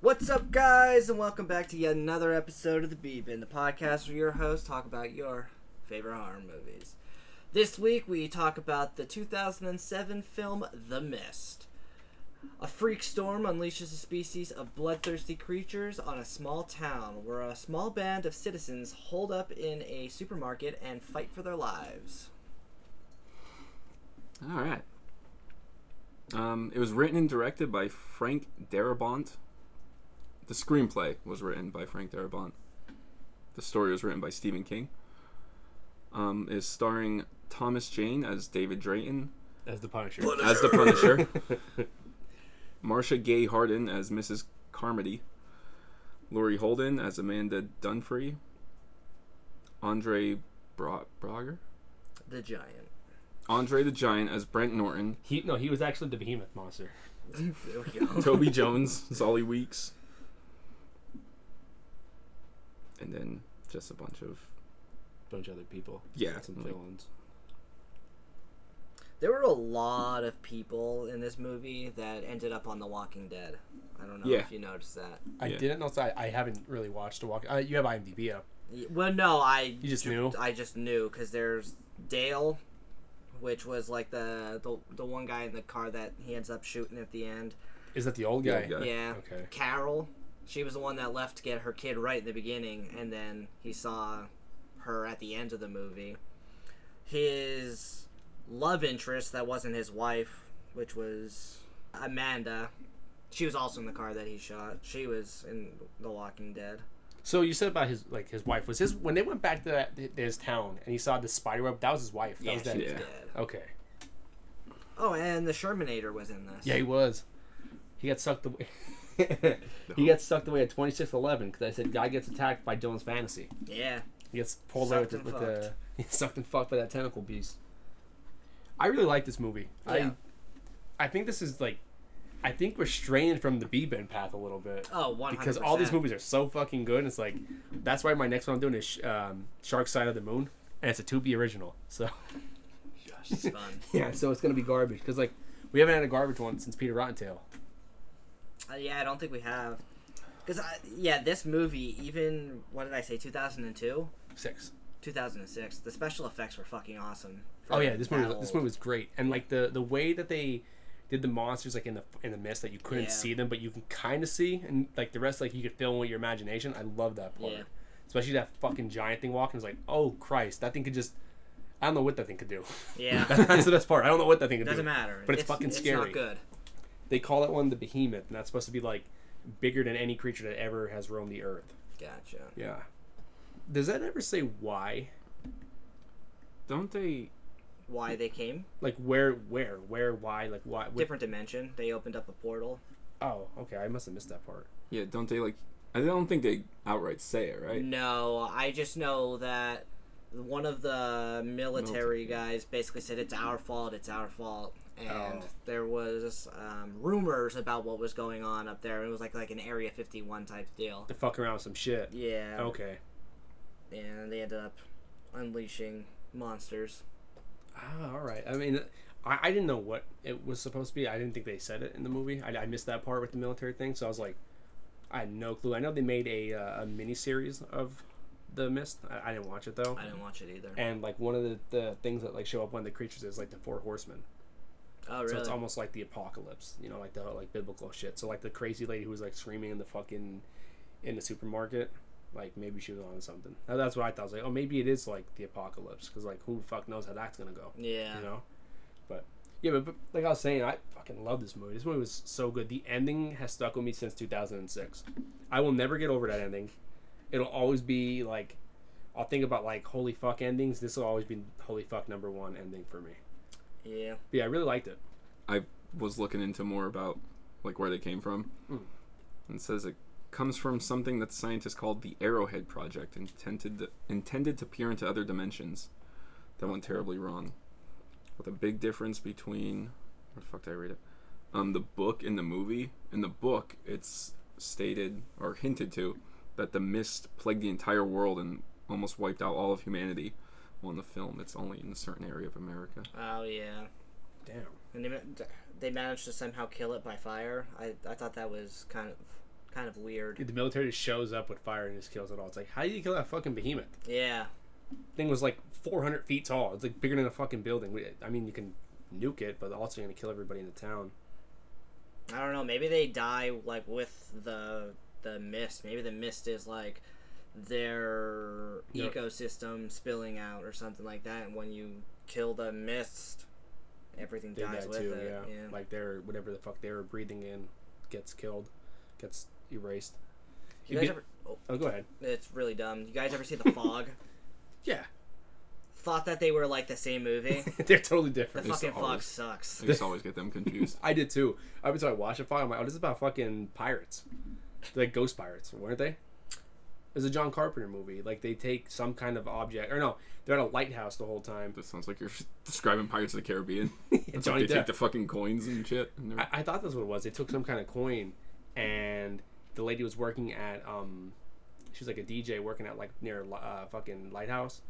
What's up, guys, and welcome back to yet another episode of the Bee Bin, the podcast where your hosts talk about your favorite horror movies. This week, we talk about the 2007 film The Mist. A freak storm unleashes a species of bloodthirsty creatures on a small town where a small band of citizens hold up in a supermarket and fight for their lives. All right. Um, it was written and directed by Frank Darabont. The screenplay was written by Frank Darabont. The story was written by Stephen King. Um, is starring Thomas Jane as David Drayton As the Punisher. as the Punisher, Marcia Gay Harden as Mrs. Carmody, Laurie Holden as Amanda Dunfree, Andre Bra- Brager, The Giant. Andre the Giant as Brent Norton, He no, he was actually the Behemoth monster. There we go. Toby Jones, Zolly Weeks, and then just a bunch of Bunch of other people. yeah, Some like- villains. There were a lot of people in this movie that ended up on The Walking Dead. I don't know Yeah. if you noticed that. I Yeah. didn't know. so I, I haven't really watched a walk. Uh, you have IMDb up. Y- Well, no, I You just ju- knew? I just knew because there's Dale, which was like the, the the one guy in the car that he ends up shooting at the end. Is that the old The guy? old guy. Okay. Yeah. Okay. Carol, she was the one that left to get her kid right in the beginning, and then he saw her at the end of the movie. His love interest that wasn't his wife, which was Amanda. She was also in the car that he shot. She was in The Walking Dead. So you said about his like his wife was his when they went back to that to his town and he saw the spider web. That was his wife. That was she that. was Yeah. dead. Okay. Oh, and the Shermanator was in this. Yeah, he was. He got sucked away. he got sucked away at twenty six eleven because I said guy gets attacked by Dylan's fantasy. Yeah. He gets pulled away with, the, Sucked with and the he's sucked and fucked by that tentacle beast. I really like this movie. Yeah. I I think this is like I think we're straying from the B Ben path a little bit. Oh, 100 because all these movies are so fucking good. And it's like that's why my next one I'm doing is sh- um, Shark Side of the Moon, and it's a to be original. So It's fun. yeah, so it's gonna be garbage because like we haven't had a garbage one since Peter Rottentail. Uh, yeah, I don't think we have. Because, yeah, this movie, even, what did I say, 2002? Six. 2006. The special effects were fucking awesome. for Oh yeah, this movie that this old. movie was great, and like the the way that they did the monsters like in the in the mist that you couldn't Yeah. see them, but you can kind of see, and like the rest like you could fill in with your imagination. I love that part, Yeah. especially that fucking giant thing walking. It's like oh Christ, that thing could just. I don't know what that thing could do. Yeah, That's the best part. I don't know what that thing could do. doesn't matter. But it's fucking It's scary. not good. they call that one the behemoth and that's supposed to be like bigger than any creature that ever has roamed the earth Gotcha. yeah does that ever say why Don't they? Why they came? like where where where why like why what- Different dimension. They opened up a portal. oh okay i must have missed that part Yeah, don't they like? I don't think they outright say it, right? No, I just know that one of the military Military. guys basically said it's our fault. It's our fault. And Oh. there was um, rumors about what was going on up there. It was like like an Area 51 type deal. to fuck around with some shit Yeah. okay And they ended up unleashing monsters. ah, all right i mean I, I didn't know what it was supposed to be i didn't think they said it in the movie i, I missed that part with the military thing so i was like i had no clue i know they made a, uh, a mini series of the mist I, I didn't watch it though I didn't watch it either. and like one of the, the things that like show up when the creatures is like the four horsemen Oh, really? So it's almost like the apocalypse, you know, like the like biblical shit. So like the crazy lady who was like screaming in the fucking in the supermarket, like maybe she was on something. Now, that's what I thought. I was like, oh, maybe it is like the apocalypse because like who the fuck knows how that's gonna go, yeah. you know? But yeah, but, but like I was saying, I fucking love this movie. This movie was so good. The ending has stuck with me since 2006. I will never get over that ending. It'll always be like. I'll think about like holy fuck endings. This will always be holy fuck number one ending for me. Yeah. But yeah, I really liked it. I was looking into more about like where they came from, and it says it comes from something that scientists called the Arrowhead Project, intended to, intended to peer into other dimensions. That went terribly wrong, with a big difference between where the fuck did I read it? Um, the book and the movie. In the book, it's stated or hinted to that the mist plagued the entire world and almost wiped out all of humanity. Well, in the film, it's only in a certain area of America. Oh, yeah. Damn. And they, ma- they managed to somehow kill it by fire. I, I thought that was kind of kind of weird. The military just shows up with fire and just kills it all. It's like, how did you kill that fucking behemoth? Yeah, thing was like 400 feet tall. It's like bigger than a fucking building. We- I mean, you can nuke it, but also you're gonna kill everybody in the town. I don't know. Maybe they die like with the the mist. Maybe the mist is like their Yeah. ecosystem spilling out or something like that. And when you kill the mist, everything Did dies that with too, it. yeah. Like they're whatever the fuck they were breathing in gets killed, gets erased. you guys it'd be- ever? Oh, Oh, go ahead. it's really dumb. You guys ever see the fog? Yeah, Thought that they were like the same movie. they're totally The different. It's fucking fog always- sucks. I just always get them confused. I did too. I was I watched a file. I'm like, oh, this is about fucking pirates, They're like ghost pirates, weren't they? It was a John Carpenter movie. Like they take some kind of object, or no, they're at a lighthouse the whole time. This sounds like you're describing Pirates of the Caribbean. It's Johnny like they Depp. take the fucking coins and shit. And they're- I, I thought that's what it was. They took some kind of coin, and the lady was working at um, she was like a DJ working at like near a li- uh, fucking lighthouse,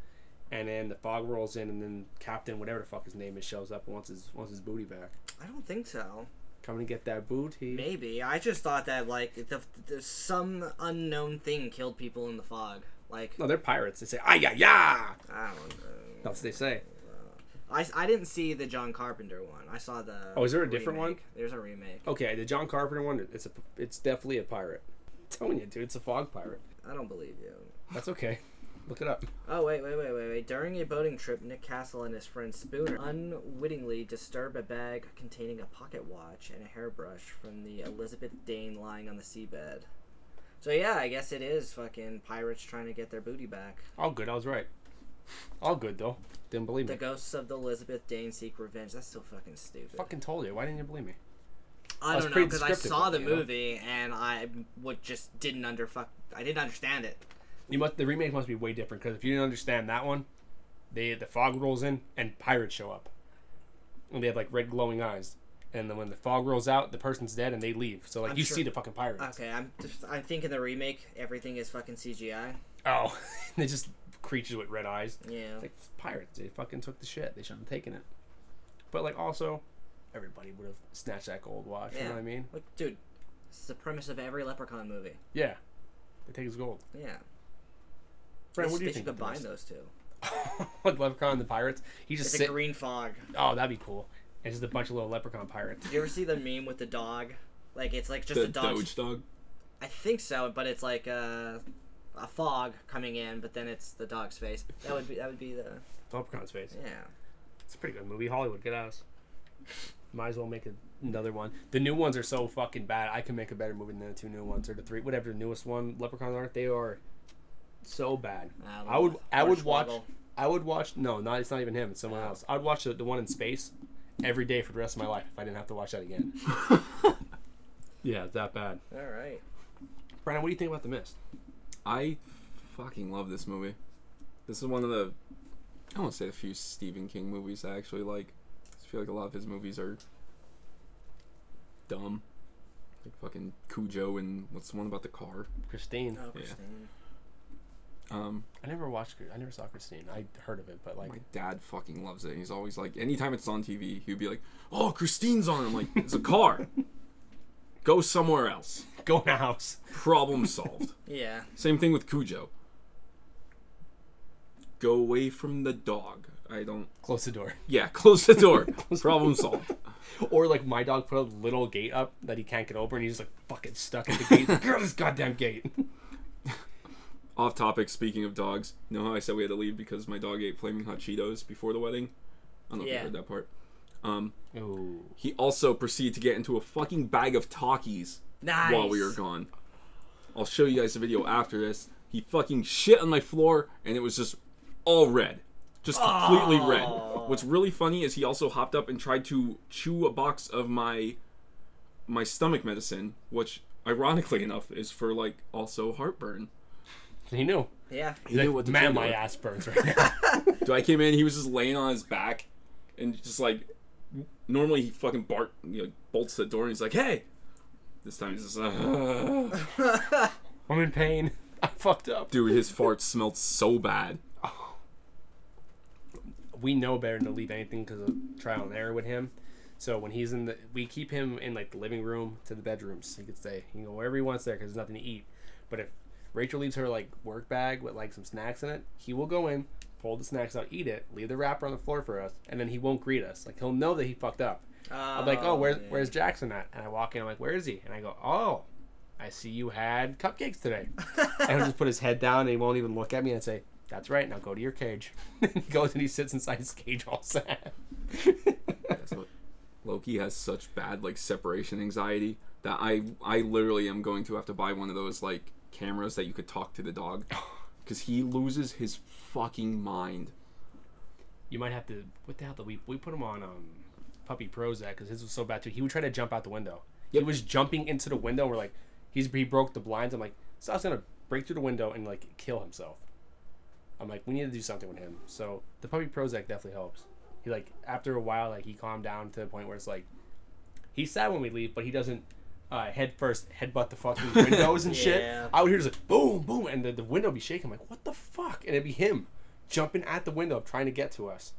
and then the fog rolls in, and then Captain whatever the fuck his name is shows up and wants his wants his booty back. I don't think so. Come and get that booty. Maybe I just thought that like the, the some unknown thing killed people in the fog. Like No, they're pirates. They say ah yeah yeah. I don't know. That's what they say. I, I didn't see the John Carpenter one. I saw the. Oh, is there a different remake. There's a remake. Okay, the John Carpenter one. It's a it's definitely a pirate. I'm telling you, dude, it's a fog pirate. I don't believe you. That's okay. Look it up. Oh wait, wait, wait, wait, wait. During a boating trip, Nick Castle and his friend Spooner unwittingly disturb a bag containing a pocket watch and a hairbrush from the Elizabeth Dane lying on the seabed. So yeah, I guess it is fucking pirates trying to get their booty back. All good. I was right. All good though. Didn't believe The me. ghosts of the Elizabeth Dane seek revenge. That's so fucking stupid. Fucking told you. Why didn't you believe me? I That's don't know pretty because I descriptive saw of the it, you know? movie and I would just didn't under fuck. I didn't understand it. You must the remake must be way different because if you didn't understand that one, they the fog rolls in and pirates show up, and they have like red glowing eyes, and then when the fog rolls out, the person's dead and they leave. So like I'm you sure- see the fucking pirates. Okay, I'm just, I'm thinking the remake. Everything is fucking CGI. Oh, they're just creatures with red eyes. Yeah. It's like it's pirates. They fucking took the shit. They shouldn't have taken it. But like also, everybody would have snatched that gold watch. You Yeah. know what I mean? Like, dude, this is the premise of every Leprechaun movie. Yeah, they take his gold. Yeah. Brent, They- what do you they should think? of combine this? those two. Like Leprechaun and the pirates. He just It's sit. a green fog. oh, that'd be cool. It's just a bunch of little leprechaun pirates. You ever see the meme with the dog? Like it's like just the a dog. Doge dog. I think so, but it's like uh, a fog coming in, but then it's the dog's face. That would be that would be the Leprechaun's face. yeah. It's a pretty good movie. Hollywood, get us. Might as well make a- another one. The new ones are so fucking bad. I can make a better movie than the two new ones or the three, whatever the newest one Leprechauns are. They are so bad. don't I would, know. I would Hornswoggle. watch. I would watch. No, not it's not even him. It's someone else. I'd watch the, the one in space every day for the rest of my life if I didn't have to watch that again. yeah, it's that bad. All right. Brandon, what do you think about the mist? I fucking love this movie. This is one of the I won't say a few Stephen King movies I actually like. I feel like a lot of his movies are dumb. Like fucking Cujo and what's the one about the car? Christine. Oh, Christine. Um, I never watched. Chris- I never saw Christine. I heard of it, but like, Oh my dad fucking loves it. And he's always like, anytime it's on TV, he'd be like, "Oh, Christine's on." I'm like, "It's a car. Go somewhere else. go in a house. Problem solved." Yeah. Same thing with Cujo. Go away from the dog. I don't. Close the door. Yeah, close the door. Problem solved. Or like my dog put a little gate up that he can't get over, and he's like fucking stuck at the gate. Like, Get out of this goddamn gate. Off topic. Speaking of dogs, you know how I said we had to leave because my dog ate flaming hot Cheetos before the wedding. I don't know if Yeah. you heard that part. Um, Ooh. he also proceeded to get into a fucking bag of talkies Nice. while we were gone. I'll show you guys the video after this. He fucking shit on my floor and it was just all red. Just completely red. What's really funny is he also hopped up and tried to chew a box of my my stomach medicine, which ironically enough is for like also heartburn. He knew. Yeah. He knew what to Man, do to my it." ass burns right now. So I came in, he was just laying on his back and just like normally he fucking bark you know, bolts the door and he's like, Hey This time he's just uh, I'm in pain. I fucked up. Dude, his fart smelled so bad. we know better than to leave anything because of trial and error with him. So when he's in the, we keep him in like the living room to the bedrooms. He could stay, he can go wherever he wants there because there's nothing to eat. But if Rachel leaves her like work bag with like some snacks in it, he will go in, pull the snacks out, eat it, leave the wrapper on the floor for us, and then he won't greet us. Like he'll know that he fucked up. I'm like, oh, where's yeah. where's Jackson at? And I walk in, I'm like, where is he? And I go, oh, I see you had cupcakes today. and he'll just put his head down and he won't even look at me and I'd say, that's right. Now go to your cage. he goes and he sits inside his cage all sad. That's what- Loki has such bad like separation anxiety that I I literally am going to have to buy one of those like cameras that you could talk to the dog because he loses his fucking mind. you might have to. What the hell did we we put him on? Um, puppy Prozac because his was so bad too. He would try to jump out the window. He Yep. was jumping into the window. We're like, he's he broke the blinds. I'm like, so I was gonna break through the window and like kill himself. I'm like, we need to do something with him. So the puppy Prozac definitely helps. He like after a while like he calmed down to the point where it's like, he's sad when we leave, but he doesn't. Uh, head first, headbutt the fucking windows and Yeah. shit. I would hear just like boom, boom, and the, the window be shaking. I'm like, what the fuck? And it'd be him jumping at the window, trying to get to us.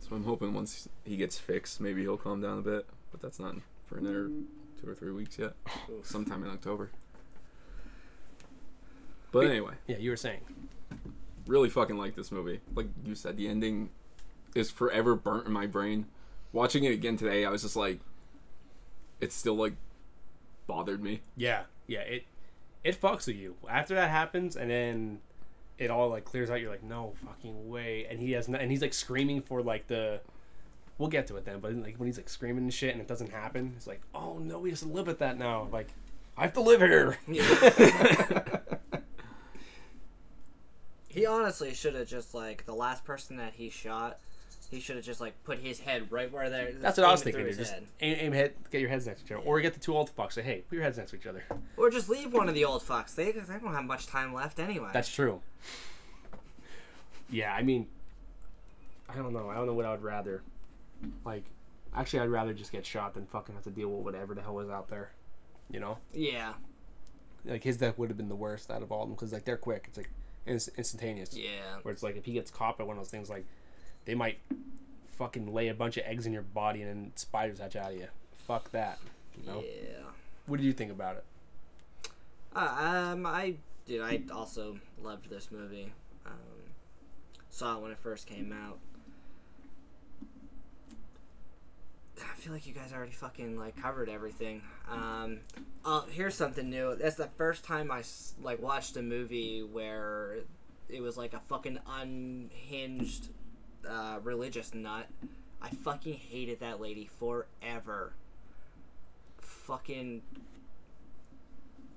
So I'm hoping once he gets fixed, maybe he'll calm down a bit. But that's not for another two or three weeks yet. Sometime in October. But Be- anyway, Yeah, you were saying. really fucking like this movie. Like you said, the ending is forever burnt in my brain. Watching it again today, I was just like, it still like bothered me. Yeah, yeah. It it fucks with you after that happens, and then it all like clears out. You're like, no fucking way. And he has, no, and he's like screaming for like the. We'll get to it then, but like when he's like screaming and shit, and it doesn't happen, it's like, oh no, we have to live with that now. Like, I have to live here. He honestly should have just like the last person that he shot. He should have just like put his head right where there. That's what I was aim it through thinking. dude. his Just head. aim, aim head, get your heads next to each other, or get the two old fucks. Say, hey, put your heads next to each other. Or just leave one of the old fucks. They, they don't have much time left anyway. That's true. Yeah, I mean, I don't know. I don't know what I would rather. Like, actually, I'd rather just get shot than fucking have to deal with whatever the hell was out there. You know, yeah, like his death would have been the worst out of all of them because like they're quick. It's like inst- instantaneous. yeah. Where it's like if he gets caught by one of those things, like they might fucking lay a bunch of eggs in your body and then spiders hatch out of you. Fuck that. You know? Yeah. What do you think about it? Uh, um, I dude, I also loved this movie. Um, saw it when it first came out. I feel like you guys already fucking like covered everything. Um, uh, here's something new. That's the first time I s- like watched a movie where it was like a fucking unhinged uh, religious nut. I fucking hated that lady forever. Fucking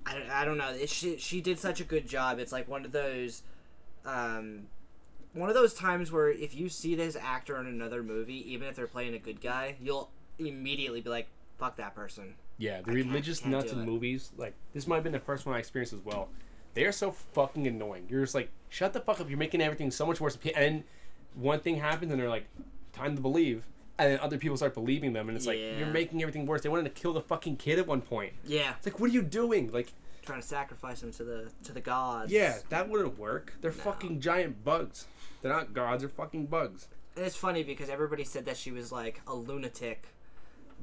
I don't, I don't know. It, she she did such a good job. It's like one of those, um, one of those times where if you see this actor in another movie, even if they're playing a good guy, you'll immediately be like, "Fuck that person." Yeah, the I can't- religious can't nuts do in it. movies, like this might have been the first one I experienced as well. They are so fucking annoying. You're just like, shut the fuck up. You're making everything so much worse. And one thing happens, and they're like, time to believe. And then other people start believing them, and it's like Yeah. you're making everything worse. They wanted to kill the fucking kid at one point. Yeah, It's like, what are you doing? Like, trying to sacrifice him to the to the gods. yeah, that wouldn't work. They're fucking giant bugs. They're not gods. They're fucking bugs. and it's funny because everybody said that she was like a lunatic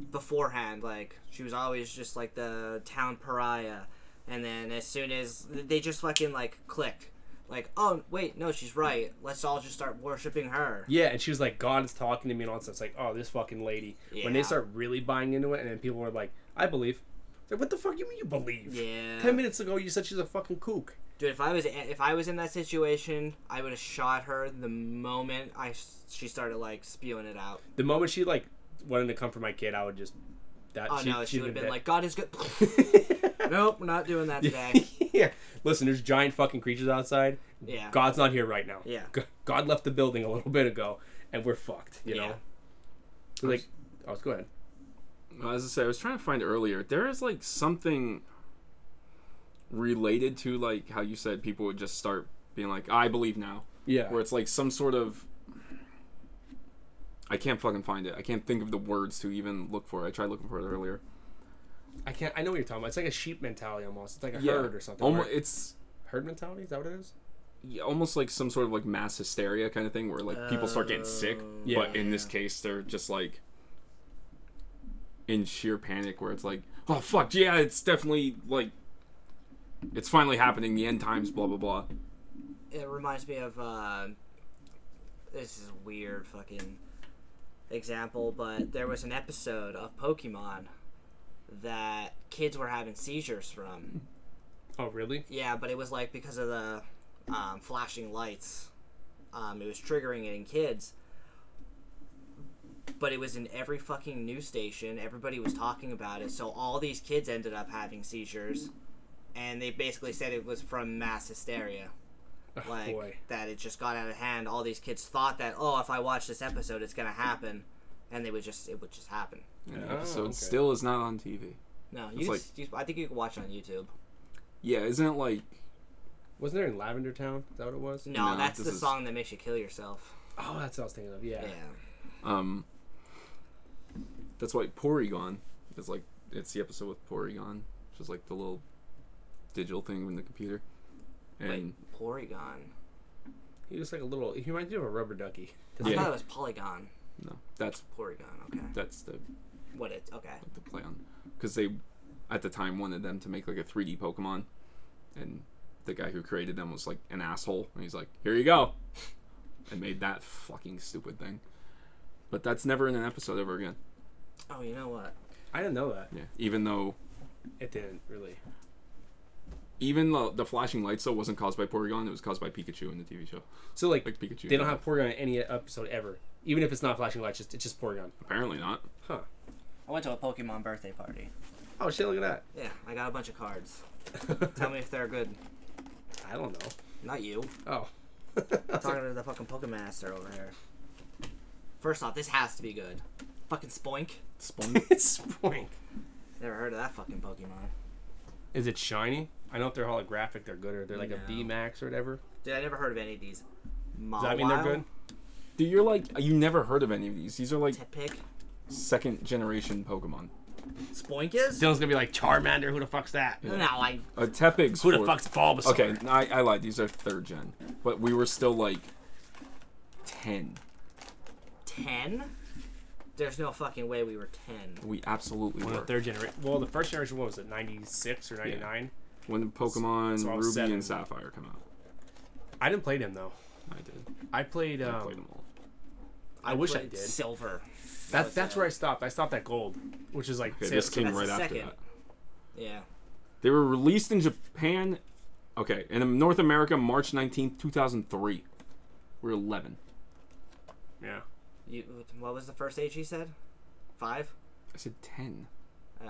beforehand. Like she was always just like the town pariah, and then as soon as they just fucking like clicked, like, "Oh wait, no, she's right. Let's all just start worshiping her." Yeah, and she was like, God is talking to me and all that stuff. It's like, oh, this fucking lady. When Yeah. they start really buying into it, and then people are like, I believe. It's like, what the fuck you mean you believe? Yeah. Ten minutes ago, you said she's a fucking kook. Dude, if I was if I was in that situation, I would have shot her the moment I s- she started like spewing it out. The moment she like wanted to come for my kid, I would just. That, Oh no, she she'd would have been dead. like, "God is good." nope, we're not doing that today. yeah. Listen, there's giant fucking creatures outside. Yeah. God's not here right now. Yeah. G- God left the building a little bit ago, and we're fucked. You Yeah. know. So, like, oh, go ahead. As I say, I was trying to find earlier. There is like something related to like how you said people would just start being like, "I believe now," Yeah. where it's like some sort of. I can't fucking find it. I can't think of the words to even look for it. I tried looking for it earlier. I can't. I know what you're talking about. It's like a sheep mentality almost. It's like a herd or something. Almo- right? it's herd mentality. Is that what it is? yeah, almost like some sort of like mass hysteria kind of thing where like people start getting sick. Oh, But in this yeah. case, they're just like, in sheer panic where it's like, oh fuck, yeah, it's definitely like, it's finally happening, the end times, blah blah blah. It reminds me of uh, this is a weird fucking example, but there was an episode of Pokemon that kids were having seizures from. Oh, really? Yeah, but it was like because of the um, flashing lights, um, it was triggering it in kids. But it was in every fucking news station. Everybody was talking about it, so all these kids ended up having seizures, and they basically said it was from mass hysteria. Like Oh, boy. that, it just got out of hand. All these kids thought that, oh, if I watch this episode, it's gonna happen, and they would just, it would just happen. And the Oh, episode okay. still is not on TV. No, you, like- just- you, I think you can watch it on YouTube. Yeah, isn't it like Wasn't there in Lavender Town? Is that what it was? No, No, that's this the is- song that makes you kill yourself. Oh, that's what I was thinking of. Yeah. Yeah. um that's why Porygon is like it's the episode with Porygon, which is like the little digital thing in the computer. And Wait, Porygon. He was like a little. He reminds me of a rubber ducky. I Yeah. thought it was Polygon. no, that's Porygon, okay. that's the What it, okay. like the play on because they at the time wanted them to make like a 3D Pokemon, and the guy who created them was like an asshole, and he's like, "Here you go," and made that fucking stupid thing. But that's never in an episode ever again. Oh, you know what? I didn't know that. Yeah, even though It didn't really. even though the flashing lights though wasn't caused by Porygon, it was caused by Pikachu in the TV show. So like, Like Pikachu. they don't have Porygon in any episode ever. Even if it's not flashing lights, just it's just Porygon. apparently not. Huh. I went to a Pokemon birthday party. Oh shit! Look at Yeah, I got a bunch of cards. that. Tell me if they're good. I don't know. Not you. Oh. I'm talking to the fucking Pokemaster over here. First off, this has to be good. Fucking Spoink. Spunk. it's Spoink. Never heard of that fucking Pokemon. Is it shiny? I know if they're holographic, they're good, or they're like a No. B max or whatever. Dude, I never heard of any of these. Mawile, Does that mean they're good? Dude, you're like you never heard of any of these. These are like Tepic. second generation Pokemon. Spoink is? Dylan's gonna be like Charmander. Who the fuck's that? No, I. A Tepig's Who the fourth- fuck's Bulbasaur? Uh, Okay, no, I, I lied. These are third gen, but we were still like ten. 10? There's no fucking way we were 10. We absolutely One were. of the third generation. Well, the first generation what was it, ninety six or ninety nine? when Pokemon So I Ruby was seven. and Sapphire come out, I didn't play them though. I did. I played. I Um, played them all. I, wish I Played did. Silver. That, that's where I stopped. I stopped at gold, which is like Okay, say- this came that's right the after second. that. Yeah. They were released in Japan. Okay, and in North America, March nineteenth, two thousand three. We're eleven. Yeah. You, what was the first age he said? Five? I said ten. Oh.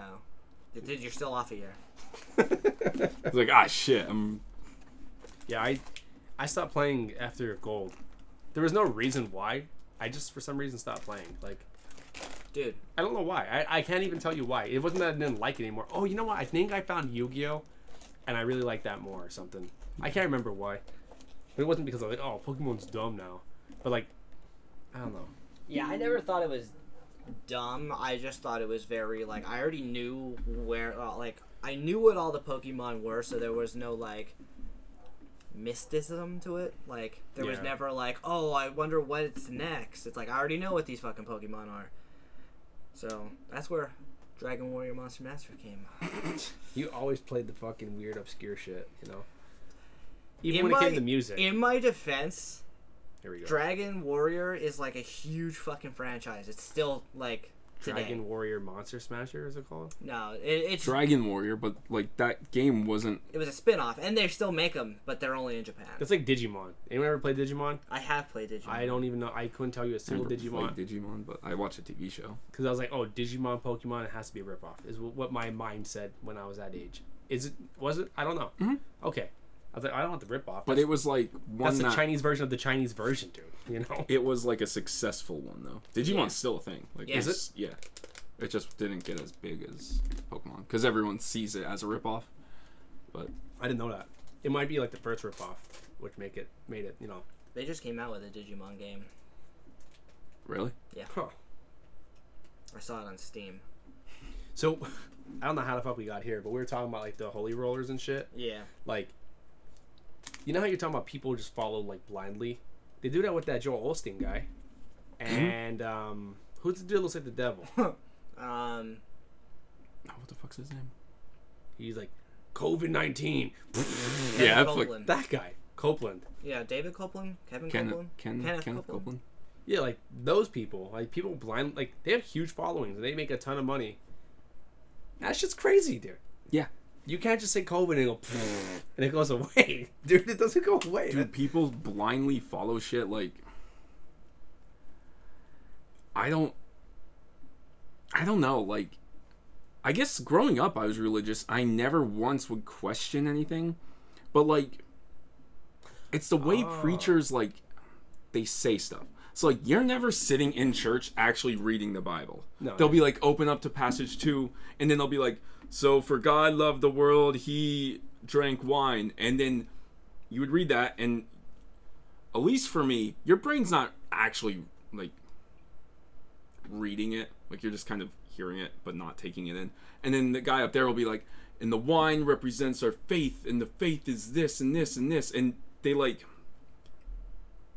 Dude, you're still off a year. I was like, ah, shit. I'm Yeah, I I stopped playing after gold. There was no reason why. I just for some reason stopped playing. Like Dude, I don't know why. I, I can't even tell you why. It wasn't that I didn't like it anymore. Oh, you know what? I think I found Yu-Gi-Oh, and I really liked that more or something. I can't remember why. But it wasn't because I was like, oh, Pokemon's dumb now. But like, I don't know. Yeah, I never thought it was dumb. I just thought it was very like I already knew where uh, like I knew what all the Pokemon were, so there was no like mysticism to it. Like there was Yeah. never like, oh, I wonder what's next. It's like I already know what these fucking Pokemon are. So that's where Dragon Warrior Monster Master came. You always played the fucking weird obscure shit, you know. Even In when it my- came to music. In my defense, Here we go. Dragon Warrior is like a huge fucking franchise. It's still like today. Dragon Warrior Monster Smasher is it called? No, it, it's Dragon Warrior, but like that game wasn't. it was a spin-off and they still make them but they're only in japan That's like Digimon. Anyone ever played Digimon? i have played digimon I don't even know. I couldn't tell you a single never played Digimon Digimon, but I watched a TV show. because I was like, oh, Digimon, Pokemon, it has to be a ripoff. Is wh- what my mind said when I was that age. Is it? Was it? I don't know. Okay, I was like, I don't want the ripoff. Mm-hmm. But it was like one that's the that Chinese version of the Chinese version, dude. You know? it was like a successful one though. Digimon's Yeah. still a thing. Like, Yeah. Is it's- Yeah, it just didn't get as big as Pokemon because everyone sees it as a ripoff. But I didn't know that. It might be like the first ripoff, which make it made it. You know? they just came out with a digimon game really, Huh. i saw it on steam So, I don't know how the fuck we got here, but we were talking about like the holy rollers and shit. yeah Like, you know how you're talking about people just follow like blindly? They Mm-hmm. do that with that Joel Olstein guy, and um, who's the dude that looks like the devil? Um, Oh, what the fuck's his name? He's like COVID nineteen. Kevin Yeah, that's like- Copeland. that guy, Copeland. yeah, David Copeland, Kevin Ken, Copeland, Ken, Kenneth Kenneth, Copeland. Yeah, like those people, like people blind, like they have huge followings and they make a ton of money. That shit's crazy, dude. Yeah. You can't just say COVID and go and it goes away, dude. It doesn't go away. Do people blindly follow shit like? I don't. I don't know. Like, I guess growing up, I was religious. I never once would question anything, but like, it's the way preachers like they say stuff. So like, you're never sitting in church actually reading the Bible. No, they'll be like open up to passage two, and then they'll be like, "So for God loved the world, He drank wine," and then you would read that, and at least for me, your brain's not actually like reading it. Like you're just kind of hearing it, but not taking it in. And then the guy up there will be like, and the wine represents our faith, and the faith is this and this and this. And they like,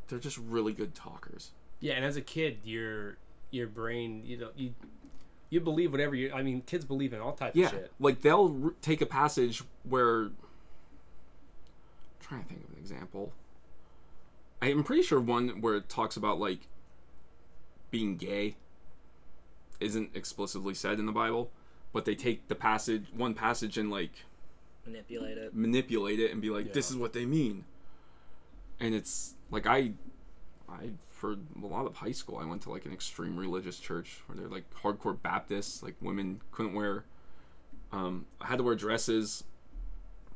they're just really good talkers. Yeah, and as a kid, your your brain, you know, you you believe whatever you. I mean, kids believe in all types Yeah. of shit. Like they'll r take a passage where. I'm trying to think of an example. I am pretty sure one where it talks about like being gay isn't explicitly said in the Bible, but they take the passage one passage and like Manipulate it. manipulate it and be like, this Yeah. is what they mean. And it's like I, I for a lot of high school, I went to like an extreme religious church where they're like hardcore Baptists. Like women couldn't wear, um, I had to wear dresses.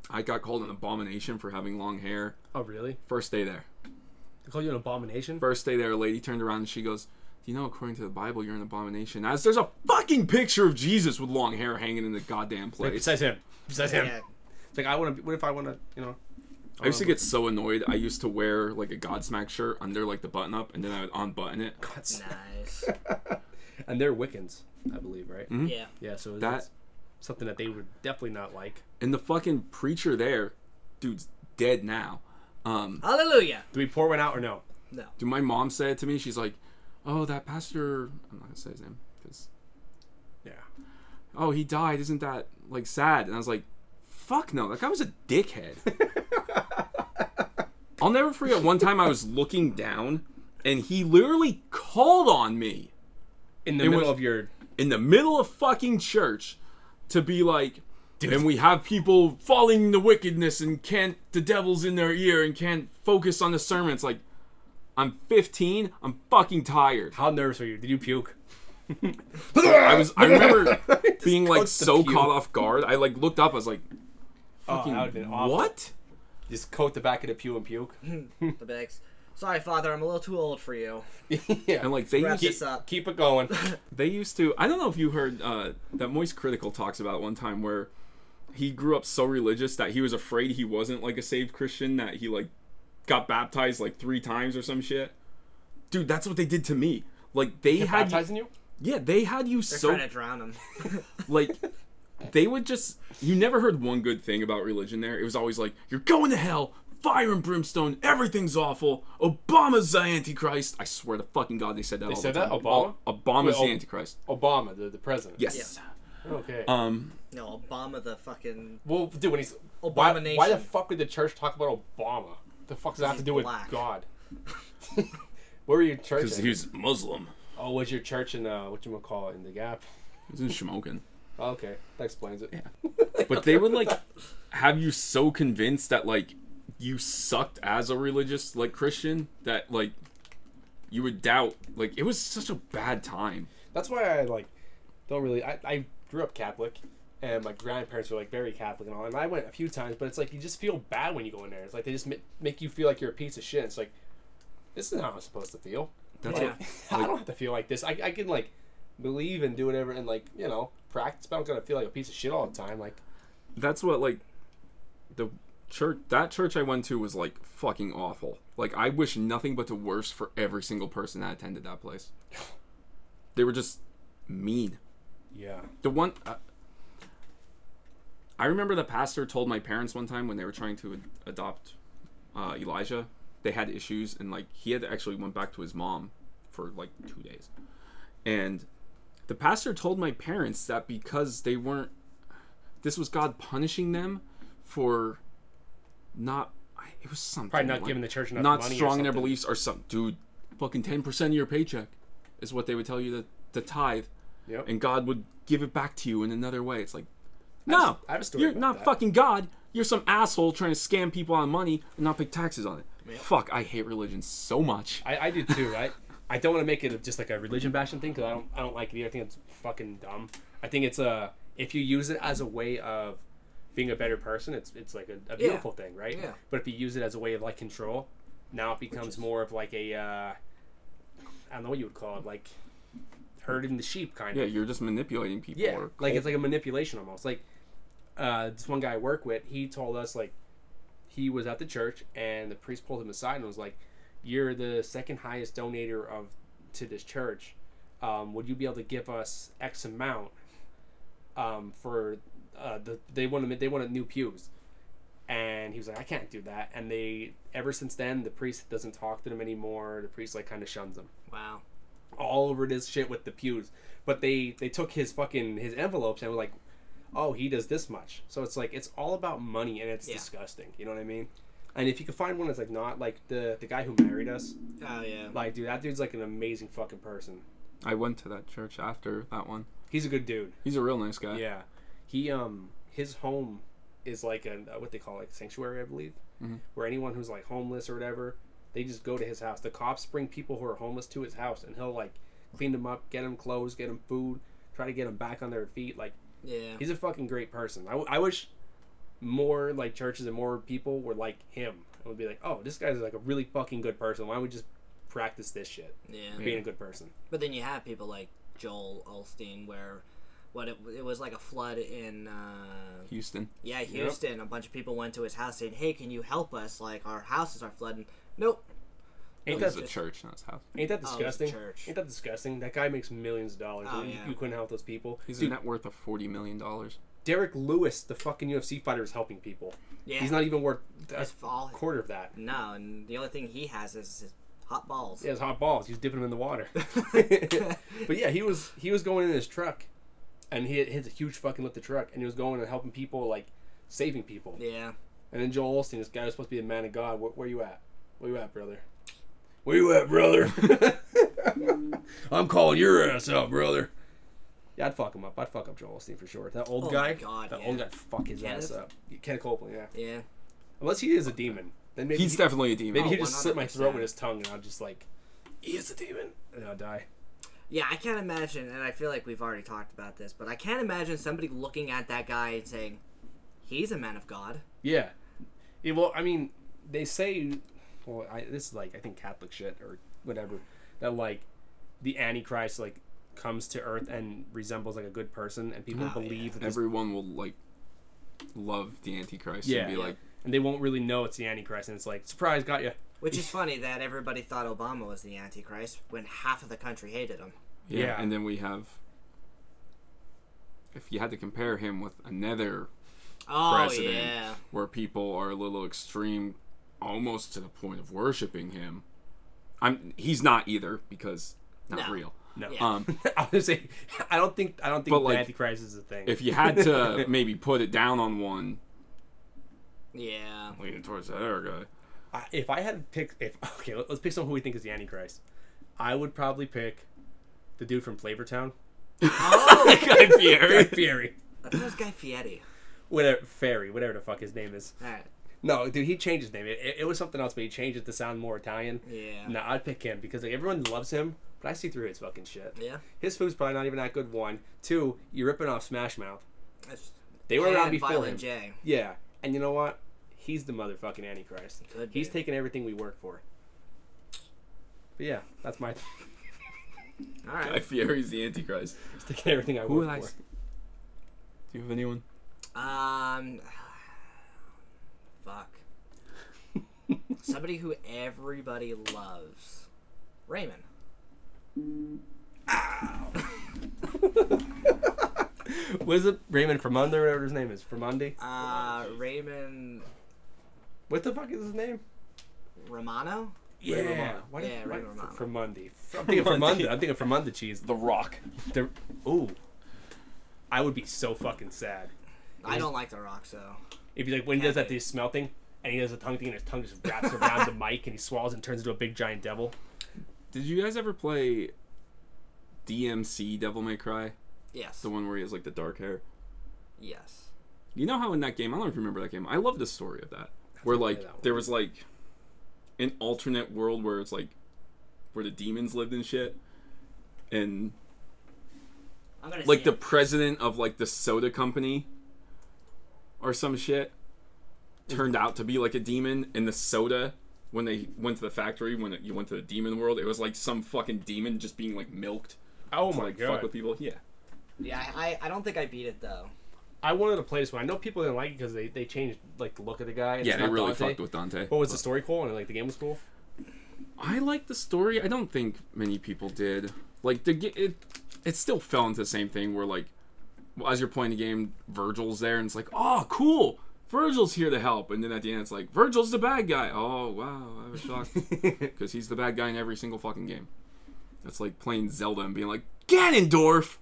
I got called an abomination for having long hair. Oh, really? First day there, They call you an abomination? first day there, a lady turned around and she goes. Do you know, according to the Bible, you're an abomination? As there's a fucking picture of Jesus with long hair hanging in the goddamn Like, place. besides him, besides him. Yeah, It's like I want to. What if I want to? You know, I used to get so annoyed. I used to wear like a Godsmack shirt under like the button up, and then I would unbutton it. cuts. nice. And they're Wiccans, I believe, right? Hmm? yeah, Yeah. So That- that's something that they would definitely not like. And the fucking preacher there, dude's dead now. Um, hallelujah. Do we pour one out or no? No, dude, my mom said it to me. She's like, "Oh, that pastor. I'm not gonna say his name because Yeah. oh, he died. Isn't that like sad?" And I was like, "Fuck no, that guy was a dickhead." I'll never forget one time I was looking down, and he literally called on me. In the It middle was- of your in the middle of fucking church to be like and we have people falling to wickedness and can't the devil's in their ear and can't focus on the sermon it's like i'm 15 i'm fucking tired How nervous are you? Did you puke? i was i remember Just being like coats the so pew. caught off guard i like looked up i was like Fucking what Just coat the back of the pew and puke. the bags. Sorry, Father, I'm a little too old for you. yeah. and like they Wrap used, this up. Keep it going. they used to i don't know if you heard uh, that moist critical talks about one time where he grew up so religious that he was afraid he wasn't like a saved christian that he like got baptized like three times or some shit dude that's what they did to me like they had Baptizing you? yeah they had you They're so trying to drown him. like they would just you never heard one good thing about religion there it was always like you're going to hell fire and brimstone everything's awful obama's the antichrist i swear to fucking god they said that they all said the that? time. All- obama's Wait, the Ob- antichrist Obama, the, the president. yes Okay. um no, Obama, the fucking well, dude, when he's why, Abomination. why the fuck would the church talk about Obama? The fuck does that have to He's do with black. God? Where were your church? Because at? he was Muslim. oh, was your church in uh, what you gonna call it in the Gap? He was in Shemokin. Oh, okay, that explains it. But they would like have you so convinced that like you sucked as a religious like Christian that like you would doubt like it was such a bad time. That's why I like don't really. I, I grew up Catholic, and my grandparents were like very Catholic and all. And I went a few times, but it's like you just feel bad when you go in there. It's like they just ma- make you feel like you're a piece of shit. It's like this is how I'm supposed to feel. That's Yeah. what I don't have to feel like this. I, I can like believe and do whatever and like you know practice, but I'm gonna feel like a piece of shit all the time. Like that's what like the church that church I went to was like fucking awful. Like I wish nothing but the worst for every single person that attended that place. They were just mean. yeah, the one uh, i remember the pastor told my parents one time when they were trying to ad- adopt uh, elijah they had issues and like he had actually went back to his mom for like two days and The pastor told my parents that because they weren't, this was God punishing them for not. I- It was something. Probably not like- giving the church enough not money or strong in their something. beliefs or something. Dude, fucking ten percent of your paycheck is what they would tell you to, to tithe, Yep. and God would give it back to you in another way. It's like, no, I have a story You're about not that. fucking God. You're some asshole trying to scam people on money and not pay taxes on it. Fuck, I hate religion so much. I, I do too. I I don't want to make it just like a religion bashing thing because I don't I don't like it either. I think it's fucking dumb. I think it's a if you use it as a way of being a better person, it's it's like a, a beautiful thing, right? Yeah. But if you use it as a way of like control, now it becomes more of like a uh, I don't know what you would call it, like herding the sheep kind yeah, of. you're just manipulating people. Yeah, or like it's like a manipulation almost. Like uh, this one guy I work with, he told us like he was at the church and the priest pulled him aside and was like, "You're the second highest donator of to this church. Um, would you be able to give us X amount um, for uh, the they want they wanted new pews?" And he was like, "I can't do that." And they ever since then, the priest doesn't talk to them anymore. The priest like kind of shuns them Wow. all over this shit with the pews. But they they took his fucking his envelopes and were like, oh, he does this much. So it's like it's all about money and it's Yeah. disgusting. You know what I mean? And if you could find one that's like not like the the guy who married us, Oh yeah. like dude, that dude's like an amazing fucking person. I went to that church after that one. He's a good dude. He's a real nice guy. Yeah, he um his home is like a what they call like sanctuary, I believe, where anyone who's like homeless or whatever, they just go to his house. The cops bring people who are homeless to his house, and he'll like clean them up, get them clothes, get them food, try to get them back on their feet. Like Yeah. he's a fucking great person. I, w- I wish more like churches and more people were like him. I would be like, oh, this guy's like a really fucking good person. Why don't we just practice this shit? Yeah. Being a good person. But then you have people like Joel Olstein, where what it, it was like a flood in uh, Houston. yeah Houston. A bunch of people went to his house saying, "Hey, can you help us? Like our houses are flooding." Nope. Ain't It was that a church, not his house. Ain't Oh, that it was disgusting? church. Ain't that disgusting? That guy makes millions of dollars. Oh, you, yeah. you couldn't help those people. He's Dude, a net worth of forty million dollars. Derek Lewis, the fucking UFC fighter, is helping people. Yeah. He's not even worth a It's all quarter of that. no, and the only thing he has is his hot balls. He has hot balls. He's dipping them in the water. but yeah, he was he was going in his truck, and he hits a huge fucking lift the truck, and he was going and helping people, like saving people. Yeah. And then Joel Olstein, this guy was supposed to be a man of God. Where, where you at? Where you at, brother? Where you at, brother? I'm calling your ass out, brother. Yeah, I'd fuck him up. I'd fuck up Joel Olstein for sure. That old Oh guy. my God, that yeah. old guy. Fuck his Kenneth? ass up. Ken Copeland. Yeah. Yeah. Unless he is a demon, then maybe He's he, definitely a demon. maybe he Oh, just slit my 100%. throat with his tongue, and I'll just like, he is a demon, and I'll die. Yeah, I can't imagine, and I feel like we've already talked about this, but I can't imagine somebody looking at that guy and saying, "He's a man of God." Yeah. Yeah, well, I mean, they say, well, I, this is like I think Catholic shit or whatever that like the Antichrist like comes to Earth and resembles like a good person, and people Oh, believe that this, Everyone will like love the Antichrist yeah, and be yeah. like, and they won't really know it's the Antichrist, and it's like surprise, got you. Which is funny that everybody thought Obama was the Antichrist when half of the country hated him. yeah. Yeah. And then we have, if you had to compare him with another Oh precedent yeah, where people are a little extreme, almost to the point of worshiping him, I'm he's not either because not No. real. No, Yeah. Um, I was saying, I don't think I don't think But, the like, Antichrist is a thing. if you had to maybe put it down on one, yeah. leaning towards the other guy. I, if I had to pick, if okay, let, us pick someone who we think is the Antichrist. I would probably pick the dude from Flavortown, Oh, Guy Fieri. Fury, I thought it was Guy Fieri. whatever, Fairy, whatever the fuck his name is. All right. No, dude, he changed his name. It, it, it was something else, but he changed it to sound more Italian. Yeah. No, I'd pick him because like everyone loves him, but I see through his fucking shit. Yeah. His food's probably not even that good. One, two, you're ripping off Smash Mouth. That's They were around and before him. Violent J. Yeah, and you know what? He's the motherfucking Antichrist. could He's be. taking everything we work for. But yeah, that's my. All Guy right. Fieri's the Antichrist. He's taking everything I Who would work I? for. s- Do you have anyone? Um, fuck. Somebody who everybody loves, Raymond. What is it? Raymond Fermunda, whatever his name is. Fermundi. Uh, Raymond What the fuck is his name? Romano. Yeah. Romano. What if- Yeah, Ray what- Romano. From Monday. I'm thinking from Monday. I'm thinking from Monday cheese. The Rock. The, ooh. I would be so fucking sad. I don't like The Rock, so If he's like when he does Can't that be. the smell thing and he does the tongue thing and his tongue just wraps around the mic and he swallows and turns into a big giant devil. Did you guys ever play DMC Devil May Cry? yes, The one where he has like the dark hair. yes. You know how in that game, I don't know if you remember that game. I love the story of that, where play like that one. there was like an alternate world where it's like where the demons lived and shit, and I'm gonna like see the it. president of like the soda company or some shit turned out to be like a demon and the soda when they went to the factory when it, you went to the demon world it was like some fucking demon just being like milked Oh to, my like fuck god. with people yeah Yeah, I, I don't think I beat it though. I wanted to play this one. I know people didn't like it because they, they changed like the look of the guy. It's yeah they not really Dante. fucked with dante But was the story cool and like the game was cool? i like the story i don't think many people did like the ge- it it still fell into the same thing where like well, as you're playing the game virgil's there and it's like oh cool virgil's here to help and then at the end it's like virgil's the bad guy oh wow i was shocked because he's the bad guy in every single fucking game. That's like playing Zelda and being like Ganondorf.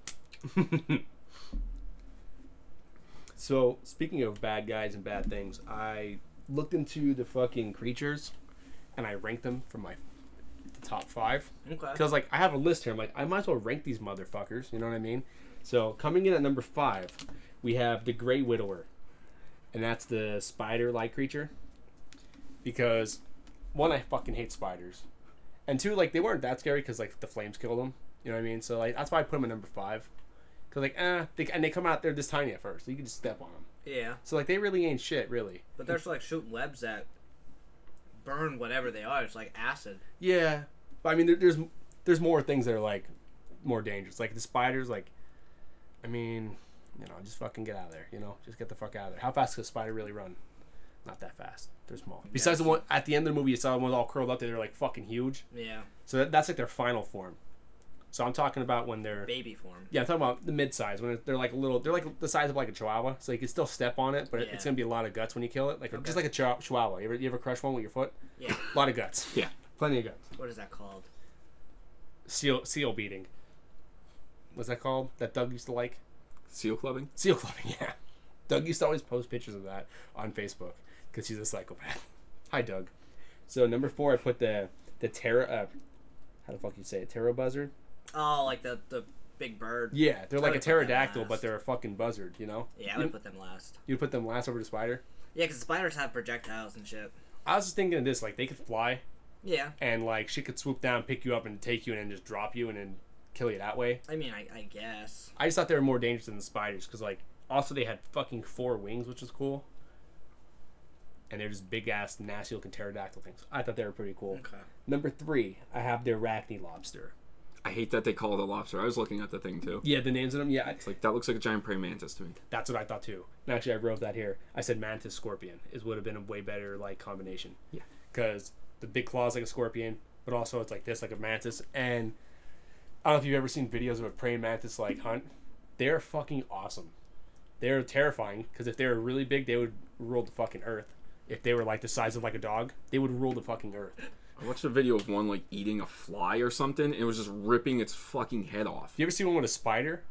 So speaking of bad guys and bad things, I looked into the fucking creatures, and I ranked them from my the top five. Okay. Because like I have a list here, I'm like I might as well rank these motherfuckers. You know what I mean? So coming in at number five, we have the Grey Widower, and that's the spider-like creature. Because one, I fucking hate spiders, and two, like they weren't that scary because like the flames killed them. You know what I mean? So like that's why I put them at number five. Cause like eh, they, and they come out there this tiny at first, so you can just step on them. Yeah, So like they really ain't shit, really. but there's like shooting webs that burn whatever they are. It's like acid. Yeah, but I mean, there, there's there's more things that are like more dangerous. Like the spiders, like I mean, you know, just fucking get out of there. You know, just get the fuck out of there. How fast can a spider really run? Not that fast. They're small. Besides the one at the end of the movie, you saw the ones all curled up. They're like fucking huge. Yeah, So that, that's like their final form. So I'm talking about when they're baby form. yeah, I'm talking about the mid size when they're like a little. They're like the size of like a chihuahua, so you can still step on it, but Yeah. it's gonna be a lot of guts when you kill it. Like just like a chihu- chihuahua. You ever you ever crush one with your foot? Yeah. A lot of guts. Yeah. Plenty of guts. What is that called? seal seal beating. What's that called? That Doug used to like Seal clubbing. seal clubbing. Yeah, Doug used to always post pictures of that on Facebook because he's a psychopath. Hi, Doug. So number four, I put the the Terra. Uh, how the fuck you say it? Terra buzzard. Oh, like the the big bird. Yeah, they're like a would put them pterodactyl, last. but they're a fucking buzzard. You know. Yeah, I You would put them last. you put them last over the spider. Yeah, because spiders have projectiles and shit. I was just thinking of this, like they could fly, Yeah, and like she could swoop down, pick you up, and take you, and then just drop you, and then kill you that way. I mean, I, I guess. I just thought they were more dangerous than the spiders because, like, also they had fucking four wings, which was cool. And they're just big ass, nasty looking pterodactyl things. I thought they were pretty cool. Okay. Number three, I have the arachne lobster. I hate that they call it a lobster. I was looking at the thing too. Yeah, the names of them. Yeah, I- It's like that looks like a giant praying mantis to me. that's what I thought too. And actually, I wrote that here. I said mantis scorpion is would have been a way better like combination. Yeah. Because the big claws like a scorpion, but also it's like this like a mantis. And I don't know if you've ever seen videos of a praying mantis like hunt. They're fucking awesome. They're terrifying because if they were really big, they would rule the fucking earth. If they were like the size of like a dog, they would rule the fucking earth. I watched a video of one like eating a fly or something, and it was just ripping its fucking head off. You ever see one with a spider?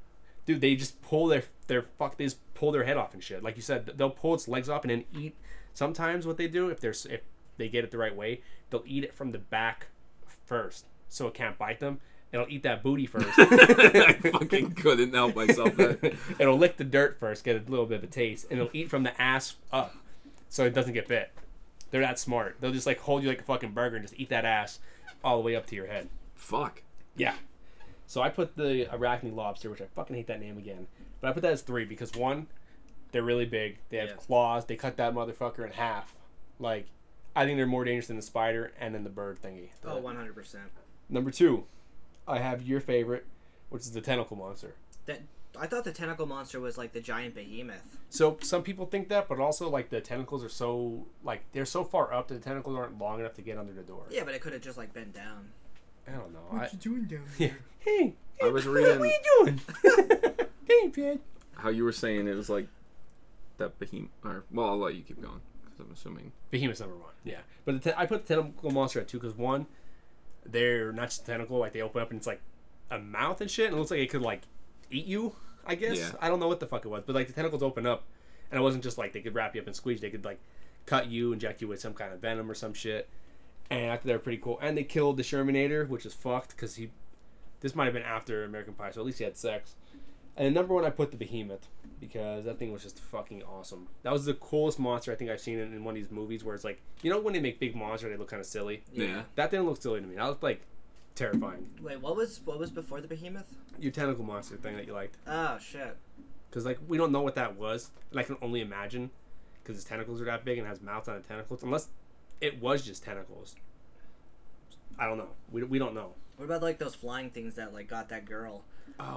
Dude, they just pull their their fuck. They just pull their head off and shit. Like you said, they'll pull its legs off and then eat. Sometimes what they do, if they're s- if they get it the right way, they'll eat it from the back first, so it can't bite them. It'll eat that booty first. I fucking couldn't help myself. That. it'll lick the dirt first, get a little bit of a taste, and it'll eat from the ass up, so it doesn't get bit. They're that smart. They'll just like hold you like a fucking burger and just eat that ass all the way up to your head. Fuck. Yeah. So I put the arachne lobster, which I fucking hate that name again, but I put that as three because one, they're really big. They have Yeah. claws. They cut that motherfucker in half. Like, I think they're more dangerous than the spider and then the bird thingy. Oh, 100%. Number two, I have your favorite, which is the tentacle monster. That I thought the tentacle monster was like the giant behemoth. So some people think that, but also like the tentacles are so like they're so far up that the tentacles aren't long enough to get under the door. Yeah, but it could have just like been down. I don't know. I, doing down yeah. Hey, I was reading doing? hey, Pid. how you were saying it was like that behemoth. Or well, I'll let you keep going. I'm assuming. Behemoth's number one. Yeah, but the te- I put the tentacle monster at two because one, they're not just a tentacle; like they open up and it's like a mouth and shit, and it looks like it could like eat you. I guess Yeah. I don't know what the fuck it was, but like the tentacles open up, and it wasn't just like they could wrap you up and squeeze; they could like cut you, inject you with some kind of venom or some shit. And I thought they were pretty cool. And they killed the Shermanator, which is fucked because he. This might have been after American Pie, so at least he had sex. And number one, I put the Behemoth because that thing was just fucking awesome. That was the coolest monster I think I've seen in, in one of these movies where it's like, you know, when they make big monsters, they look kind of silly. Yeah. That didn't look silly to me. That looked like terrifying. Wait, what was what was before the behemoth? Your tentacle monster thing that you liked, Oh shit. because like we don't know what that was, and I can only imagine because its tentacles are that big and it has mouths on the tentacles. Unless it was just tentacles. I don't know. We, we don't know. What about like those flying things that like got that girl Oh,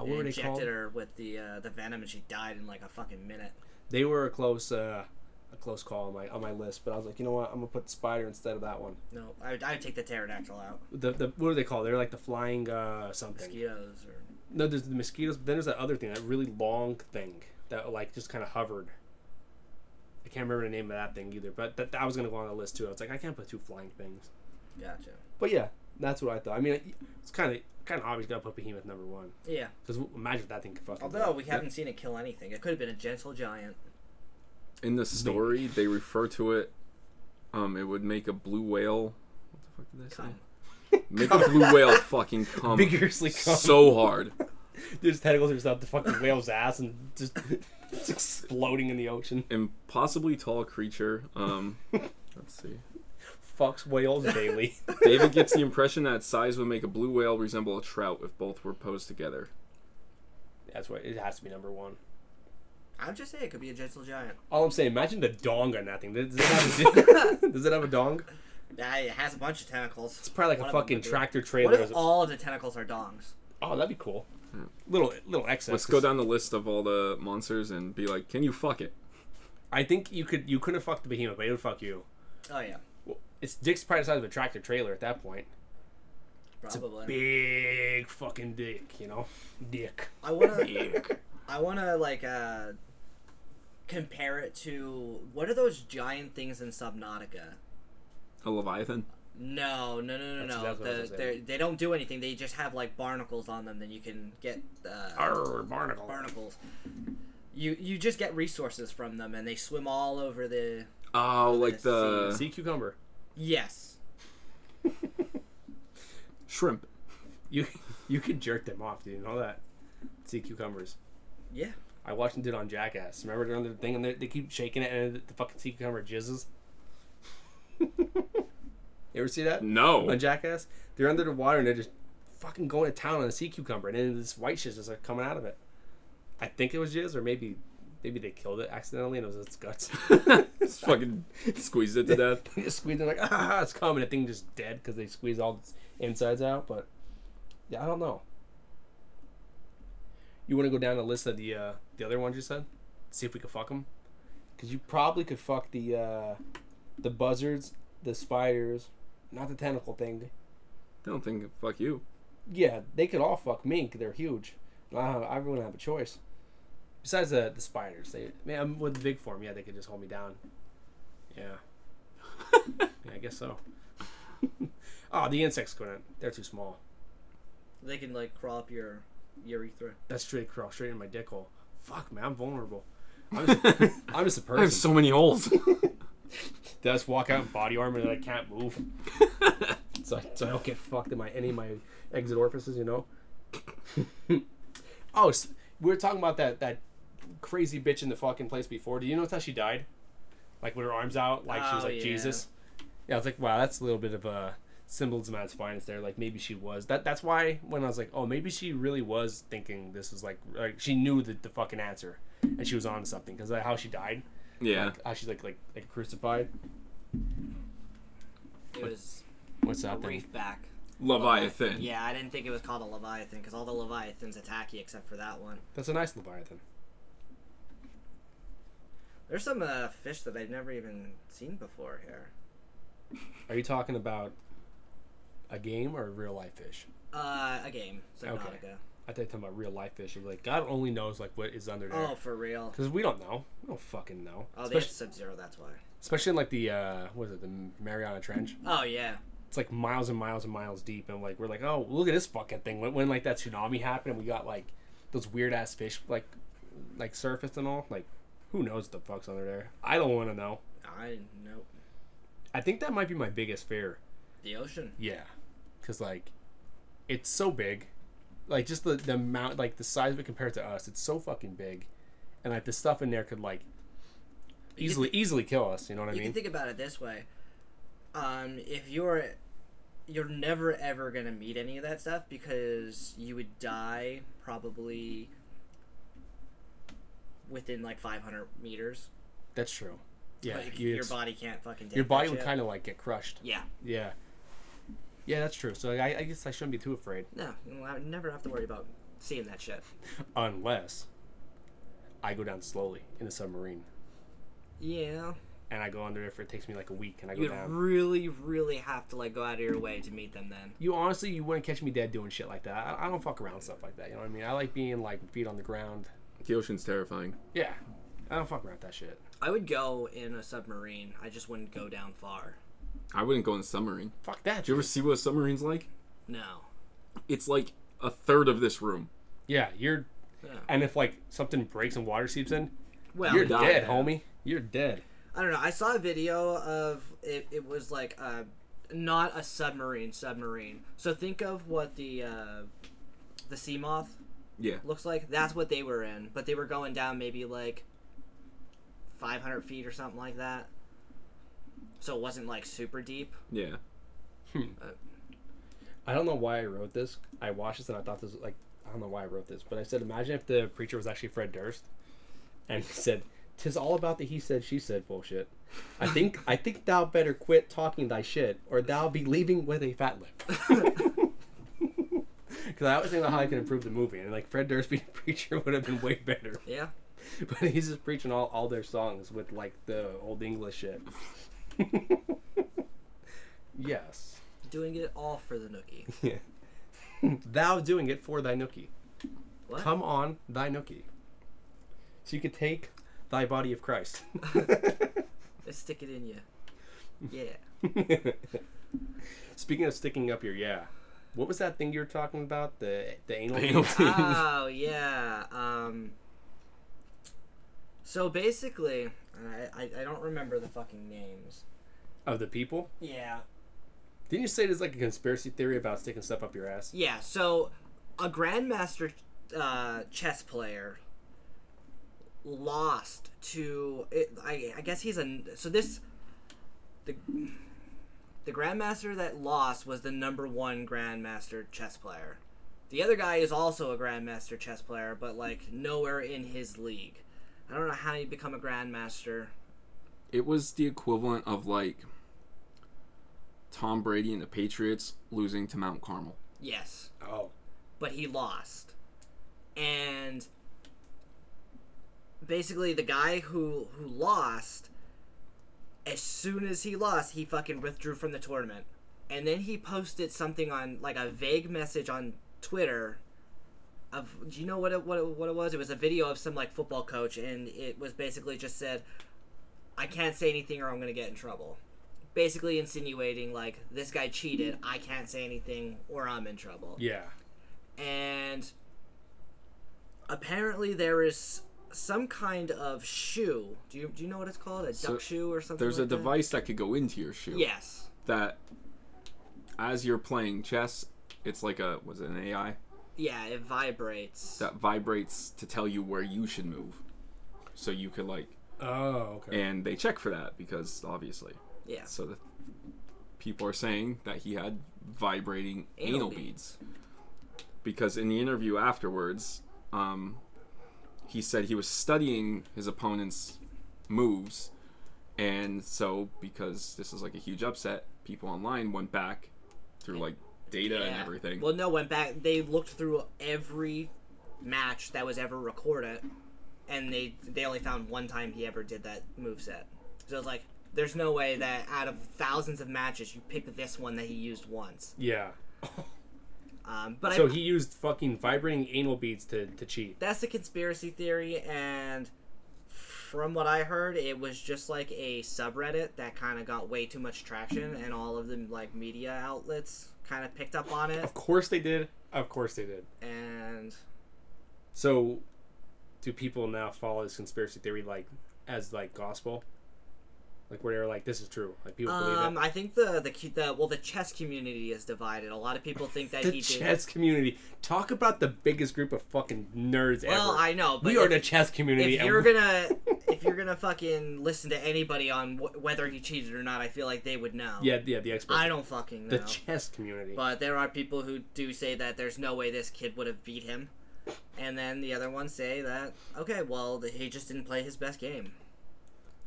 and what were they called? injected her with the uh, the venom and she died in like a fucking minute? They were a close uh, a close call on my on my list, but I was like, you know what? I'm gonna put the spider instead of that one. No, I would, I would take the pterodactyl out. the, the what do they call? They're like the flying uh something. Mosquitoes or No, there's the mosquitoes. But then there's that other thing, that really long thing that like just kind of hovered. I can't remember the name of that thing either, but that, that was gonna go on the list too. I was like, I can't put two flying things. gotcha. But yeah, that's what I thought. I mean, it's kind of kind of obvious. Gotta put behemoth number one Yeah. because imagine if that thing could fucking. do. Although we haven't seen it kill anything, it could have been a gentle giant. In the story, they refer to it. Um, it would make a blue whale. What the fuck did they say? Come. Make a blue whale fucking come vigorously come. so hard. there's tentacles or stuff. The fucking whale's ass and just it's exploding in the ocean. Impossibly tall creature. Um, let's see. Fucks whales daily. David gets the impression that its size would make a blue whale resemble a trout if both were posed together. that's why it has to be number one. I would just say it could be a gentle giant. All I'm saying, imagine the dong on that thing. Does it have a, does it have a dong? Yeah, it has a bunch of tentacles. It's Probably like a fucking tractor trailer. What or if something. all of the tentacles are dongs? oh, that'd be cool. Little little excess. Hmm. Let's go down the list of all the monsters and be like, can you fuck it? I think you could you couldn't fuck the behemoth, but it would fuck you. Oh yeah, Well, its dick's probably the size of a tractor trailer at that point. probably. Big fucking dick, you know, dick. I wanna, I wanna like uh, compare it to what are those giant things in Subnautica? A leviathan? No, no, no, no, That's- no. that's what I was the, gonna say. they're- they don't do anything. They just have like barnacles on them. Then you can get uh, Arr, barnacle. barnacles. You you just get resources from them, and they swim all over the. Oh, like the Sea cucumber. Yes. shrimp. You you could jerk them off, dude. and all that. Sea cucumbers. Yeah. I watched them do it on Jackass. Remember they're on the thing and they, they keep shaking it and the fucking sea cucumber jizzes. you ever see that? No. on Jackass. They're under the water and they're just fucking going to town on a sea cucumber, and then this white shit's just like coming out of it. I think it was jizz, or maybe maybe they killed it accidentally and it was its guts. Just fucking squeezed it to death. they just squeezed it like ah, it's coming. The thing just dead because they squeezed all its insides out. But yeah, I don't know. You want to go down the list of the uh, the other ones you said, see if we could fuck them, because you probably could fuck the uh, the buzzards, the spiders, not the tentacle thing. I don't think fuck you. Yeah, they could all fuck me 'cause they're huge. And I, don't- I wouldn't have a choice. Besides the the spiders, they man I'm with the big form. Yeah, they could just hold me down. Yeah, yeah, I guess so. oh, the insects couldn't. They're too small. They can like crawl up your urethra. That's straight across, straight in my dick hole. Fuck, man, I'm vulnerable. I'm just, I'm just a I have person. so many holes. That's walk out in body armor that I can't move, so I, so I don't get fucked in my any of my exit orifices, you know. oh, s we were talking about that that crazy bitch in the fucking place before. Do you notice how she died? Like with her arms out, like she was Oh, like yeah. Jesus. Yeah, I was like, wow, that's a little bit of a symbolism at its finest there. Like maybe she was that. That's why when I was like, oh, maybe she really was thinking this was like, like she knew the, the fucking answer, and she was on to something because how she died, yeah. like, how she's like like like crucified. It was What's a that thing? reef back. Leviathan. Yeah, I didn't think it was called a leviathan because all the leviathans attack you except for that one. That's a nice leviathan. There's some uh, fish that I've never even seen before here. Are you talking about a game or a real life fish? Uh, a game, Subnautica. Okay. I thought you were talking about real life fish. You're like, God only knows like what is under there. Oh, for real? Because we don't know. We don't fucking know. Oh, they have Especially- Sub Zero. That's why. especially in like the uh, what is it, the Mariana Trench. Oh yeah. It's like miles and miles and miles deep, and like we're like, oh, look at this fucking thing. When, when like that tsunami happened, and we got like those weird ass fish like like surfaced and all. Like, who knows what the fuck's under there? I don't want to know. I know I think that might be my biggest fear. the ocean. Yeah, because like, it's so big, like just the the amount, like the size of it compared to us, it's so fucking big, and like the stuff in there could like can easily easily kill us. You know what I You mean? can think about it this way: um, if you're, you're never ever gonna meet any of that stuff because you would die probably within like 500 meters. That's true. Yeah, like, you- your it's- body can't fucking. Take your body that would shit. kind of like get crushed. Yeah. Yeah, yeah, that's true. So like, I, I guess I shouldn't be too afraid No, you'll have- never have to worry about seeing that shit. unless I go down slowly in a submarine Yeah. and I go under there for it takes me like a week and I go You'd down. really, really have to like go out of your way to meet them then. you honestly, you wouldn't catch me dead doing shit like that. I, I don't fuck around with stuff like that. You know what I mean? I like being like feet on the ground. The ocean's terrifying. Yeah. I don't fuck around with that shit. I would go in a submarine. I just wouldn't go down far. I wouldn't go in a submarine. Fuck that. Did you ever see what a submarine's like? No. It's like a third of this room. yeah, you're. Yeah. And if like something breaks and water seeps in, Well, you're dying. dead, homie. You're dead. I don't know. I saw a video of it. It was like a, not a submarine submarine. So think of what the uh, the sea moth Yeah. looks like. That's what they were in, but they were going down maybe like 500 feet or something like that. So it wasn't like super deep. Yeah. I don't know why I wrote this. I watched this and I thought this was like I don't know why I wrote this, but I said imagine if the preacher was actually Fred Durst, and he said, "Tis all about the he said she said bullshit." I think I think thou better quit talking thy shit, or thou be leaving with a fat lip. Because I always think about how I can improve the movie, and like Fred Durst being a preacher would have been way better. Yeah. But he's just preaching all, all their songs with like the old English shit. yes. Doing it all for the nookie. Thou doing it for thy nookie. What? Come on, thy nookie. So you could take thy body of Christ. Let's stick it in you. Yeah. Speaking of sticking up your yeah, what was that thing you were talking about? The the anal. Anal beads? beads. oh yeah. Um. So basically, I, I I don't remember the fucking names. of the people. Yeah. Didn't you say there's like a conspiracy theory about sticking stuff up your ass? Yeah. So a grandmaster uh, chess player lost to it, I I guess he's a so this the the grandmaster that lost was the number one grandmaster chess player. The other guy is also a grandmaster chess player, but like nowhere in his league. I don't know how you become a grandmaster. It was the equivalent of like Tom Brady and the Patriots losing to Mount Carmel. Yes, Oh, but he lost. And basically the guy who who lost as soon as he lost, he fucking withdrew from the tournament. And then he posted something on like a vague message on Twitter of do you know what it, what it, what it was? It was a video of some like football coach and it was basically just said I can't say anything or I'm going to get in trouble. Basically insinuating like this guy cheated, I can't say anything or I'm in trouble yeah. and apparently there is some kind of shoe. Do you do you know what it's called? A So, duck shoe or something? There's a like that? device that could go into your shoe. Yes. That as you're playing chess, it's like a was it an AI Yeah, it vibrates. that vibrates to tell you where you should move. So you could like Oh, okay. and they check for that because obviously. yeah. So the people are saying that he had vibrating Anal anal, beads. beads. Because in the interview afterwards, um, he said he was studying his opponent's moves. And so, because this is like a huge upset, people online went back through like data and Yeah. everything. Well, no, went back. They looked through every match that was ever recorded, and they they only found one time he ever did that moveset. So it's like, there's no way that out of thousands of matches, you pick this one that he used once. yeah. Um, but I, So he used fucking vibrating anal beads to, to cheat. that's a conspiracy theory and from what I heard, it was just like a subreddit that kind of got way too much traction, and all of the like media outlets kind of picked up on it. Of course they did. Of course they did. And So, do people now follow this conspiracy theory like as like gospel? Like where they're like, this is true. Like people believe um, it. I think the, the cu- the well, the chess community is divided. A lot of people think that The he did. chess community. Talk about the biggest group of fucking nerds Well, ever. I know, but we are if- the chess community. if and you're we- gonna if you're gonna fucking listen to anybody on wh- whether he cheated or not, I feel like they would know. yeah, yeah, the experts. I don't fucking know. the chess community. but there are people who do say that there's no way this kid would have beat him, and then the other ones say that okay, well th- he just didn't play his best game.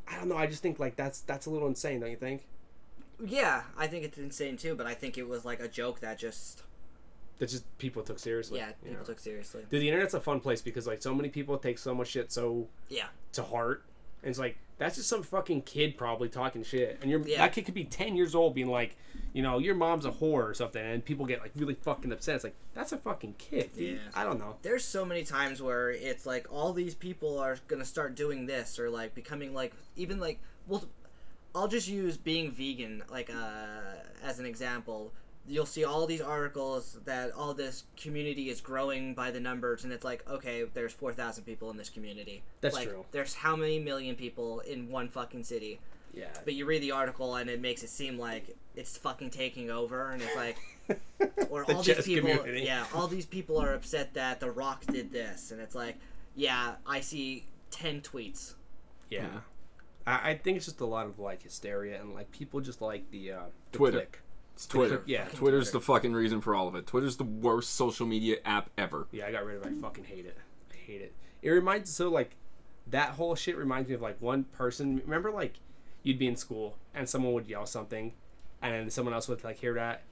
I don't know. I just think like that's that's a little insane, don't you think? Yeah, I think it's insane too, but I think it was like a joke that just That just people took seriously. yeah you people know? took seriously. Dude, the internet's a fun place because like so many people take so much shit so Yeah, to heart. And it's like that's just some fucking kid probably talking shit. And you're Yeah. that kid could be ten years old being like, you know, your mom's a whore or something, and people get like really fucking upset. It's like that's a fucking kid, dude. Yeah. I don't know. there's so many times where it's like all these people are gonna start doing this or like becoming like even like well i'll just use being vegan like uh as an example you'll see all these articles that all this community is growing by the numbers and it's like okay there's 4000 people in this community That's like, true. there's how many million people in one fucking city Yeah. but you read the article and it makes it seem like it's fucking taking over and it's like or The all these chess people community. yeah all these people are upset that the rock did this and it's like yeah i see 10 tweets Yeah. Yeah. I, I think it's just a lot of like hysteria and like people just like the uh the Twitter. click. It's Twitter. Yeah. Fucking Twitter's Twitter. the fucking reason for all of it. Twitter's the worst social media app ever. Yeah, I got rid of it. I fucking hate it. I hate it. It reminds so like that whole shit reminds me of like one person. Remember like you'd be in school and someone would yell something, and then someone else would like hear that,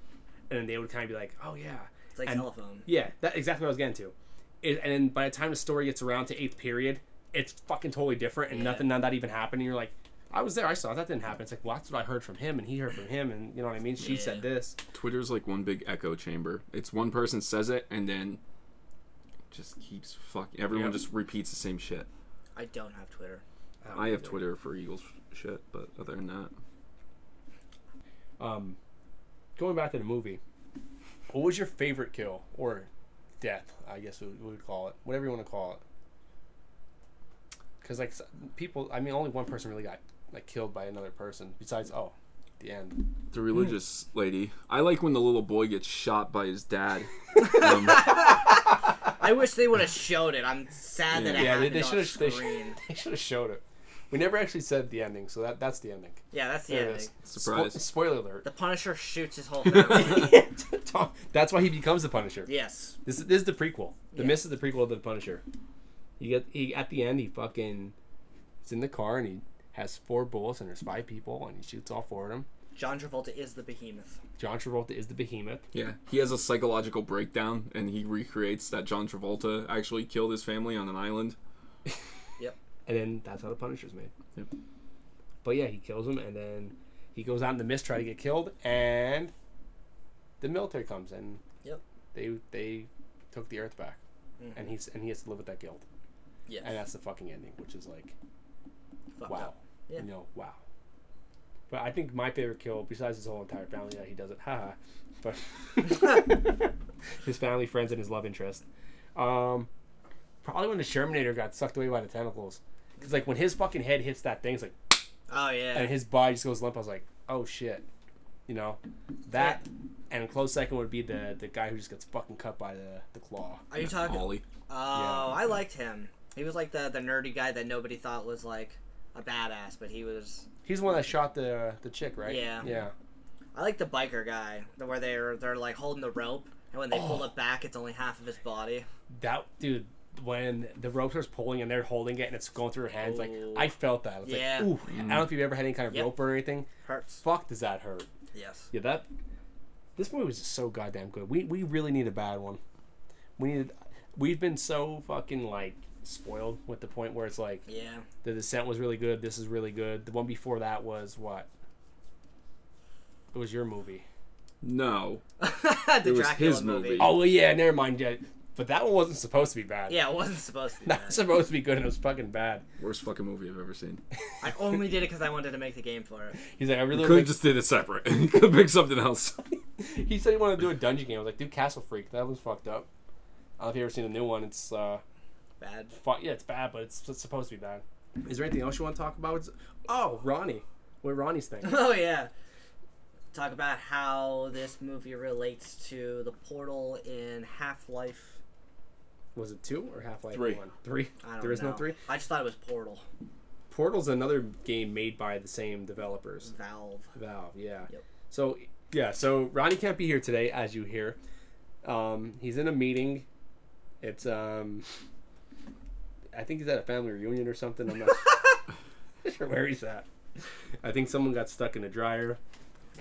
and then they would kind of be like, "Oh yeah, it's like And- telephone yeah." That exactly what I was getting to. It, and then by the time the story gets around to eighth period, it's fucking totally different, and Yeah. nothing none of that even happened. And you're like, "I was there. I saw it. that didn't happen." It's like, "Well, that's what I heard from him, and he heard from him, and you know what I mean." She Yeah. said this. Twitter's like one big echo chamber. It's one person says it and then just keeps fuck. Everyone Yep. just repeats the same shit. i don't have twitter don't I have know. Twitter for Eagles shit, but other than that, Um, going back to the movie, what was your favorite kill or death? I guess we we would call it whatever you want to call it. Because like s- people, I mean, only one person really got like killed by another person. Besides, oh, the end. the religious lady. I like when the little boy gets shot by his dad. um, i wish they would have showed it i'm sad that it Yeah, they, happened they on should have. They, screen should have showed it. We never actually said the ending, so that that's the ending. yeah that's the There it ending is. Surprise. Spo- spoiler alert. the punisher shoots his whole family Tom- that's why he becomes the Punisher. yes This is, this is the prequel. The Yeah. Mist is the prequel to the Punisher. He get he at the end he fucking is in the car and he has four bullets and there's five people and he shoots all four of them. john travolta is the behemoth John Travolta is the behemoth. yeah, he has a psychological breakdown and he recreates that John Travolta actually killed his family on an island. yep And then that's how the Punisher's made. Yep. But yeah, he kills him and then he goes out in the mist trying to get killed and the military comes and Yep. they they took the earth back. Mhm. And he's and he has to live with that guilt. yes And that's the fucking ending, which is like Fucked wow. up. Yeah. You know, wow. But I think my favorite kill, besides his whole entire family that he does it, haha, but his family, friends, and his love interest, um, probably when the Shermanator got sucked away by the tentacles. Because, like, when his fucking head hits that thing, it's like, oh yeah and his body just goes limp, I was like, oh shit. You know? That, and a close second would be the, the guy who just gets fucking cut by the, the claw. are you talking Ollie. Oh, I liked him. He was like the the nerdy guy that nobody thought was like a badass, but he was. He's the one that shot the, the chick, right? Yeah. Yeah. I like the biker guy, the where they're they're like holding the rope, and when they pull it back, it's only half of his body. that dude when the rope starts pulling and they're holding it and it's going through her hands like Oh. i felt that I was Yeah. like ooh i don't know if you've ever had any kind of Yep. rope or anything Hurts. fuck does that hurt Yes. yeah that this movie was just so goddamn good we we really need a bad one we needed we've been so fucking like spoiled with the point where it's like Yeah. the descent was really good this is really good the one before that was what it was your movie No, the it was Dracula his movie. movie. oh well, yeah Oh, never mind yeah But that one wasn't supposed to be bad. Yeah, it wasn't supposed to be. Not That. supposed to be good, and it was fucking bad. Worst fucking movie I've ever seen. I only did it because I wanted to make the game for it. He's like, I really. Could wanna have just did it separate. you could have picked something else. make- He said he wanted to do a dungeon game. I was like, dude, Castle Freak. That was fucked up. I don't know if you ever seen the new one. It's uh, Bad. fu- yeah, it's bad, but it's, it's supposed to be bad. Is there anything else you want to talk about? Oh, Ronnie. What Ronnie's thing? Oh yeah. Talk about how this movie relates to the portal in Half Life. was it two or Half Life Three. One? Three. I don't There is know. no three. I just thought it was Portal. Portal's another game made by the same developers. Valve. Valve, yeah. Yep. So yeah, so Ronnie can't be here today, as you hear. Um, he's in a meeting. It's um, I think he's at a family reunion or something. I'm not sure where he's at. I think someone got stuck in a dryer.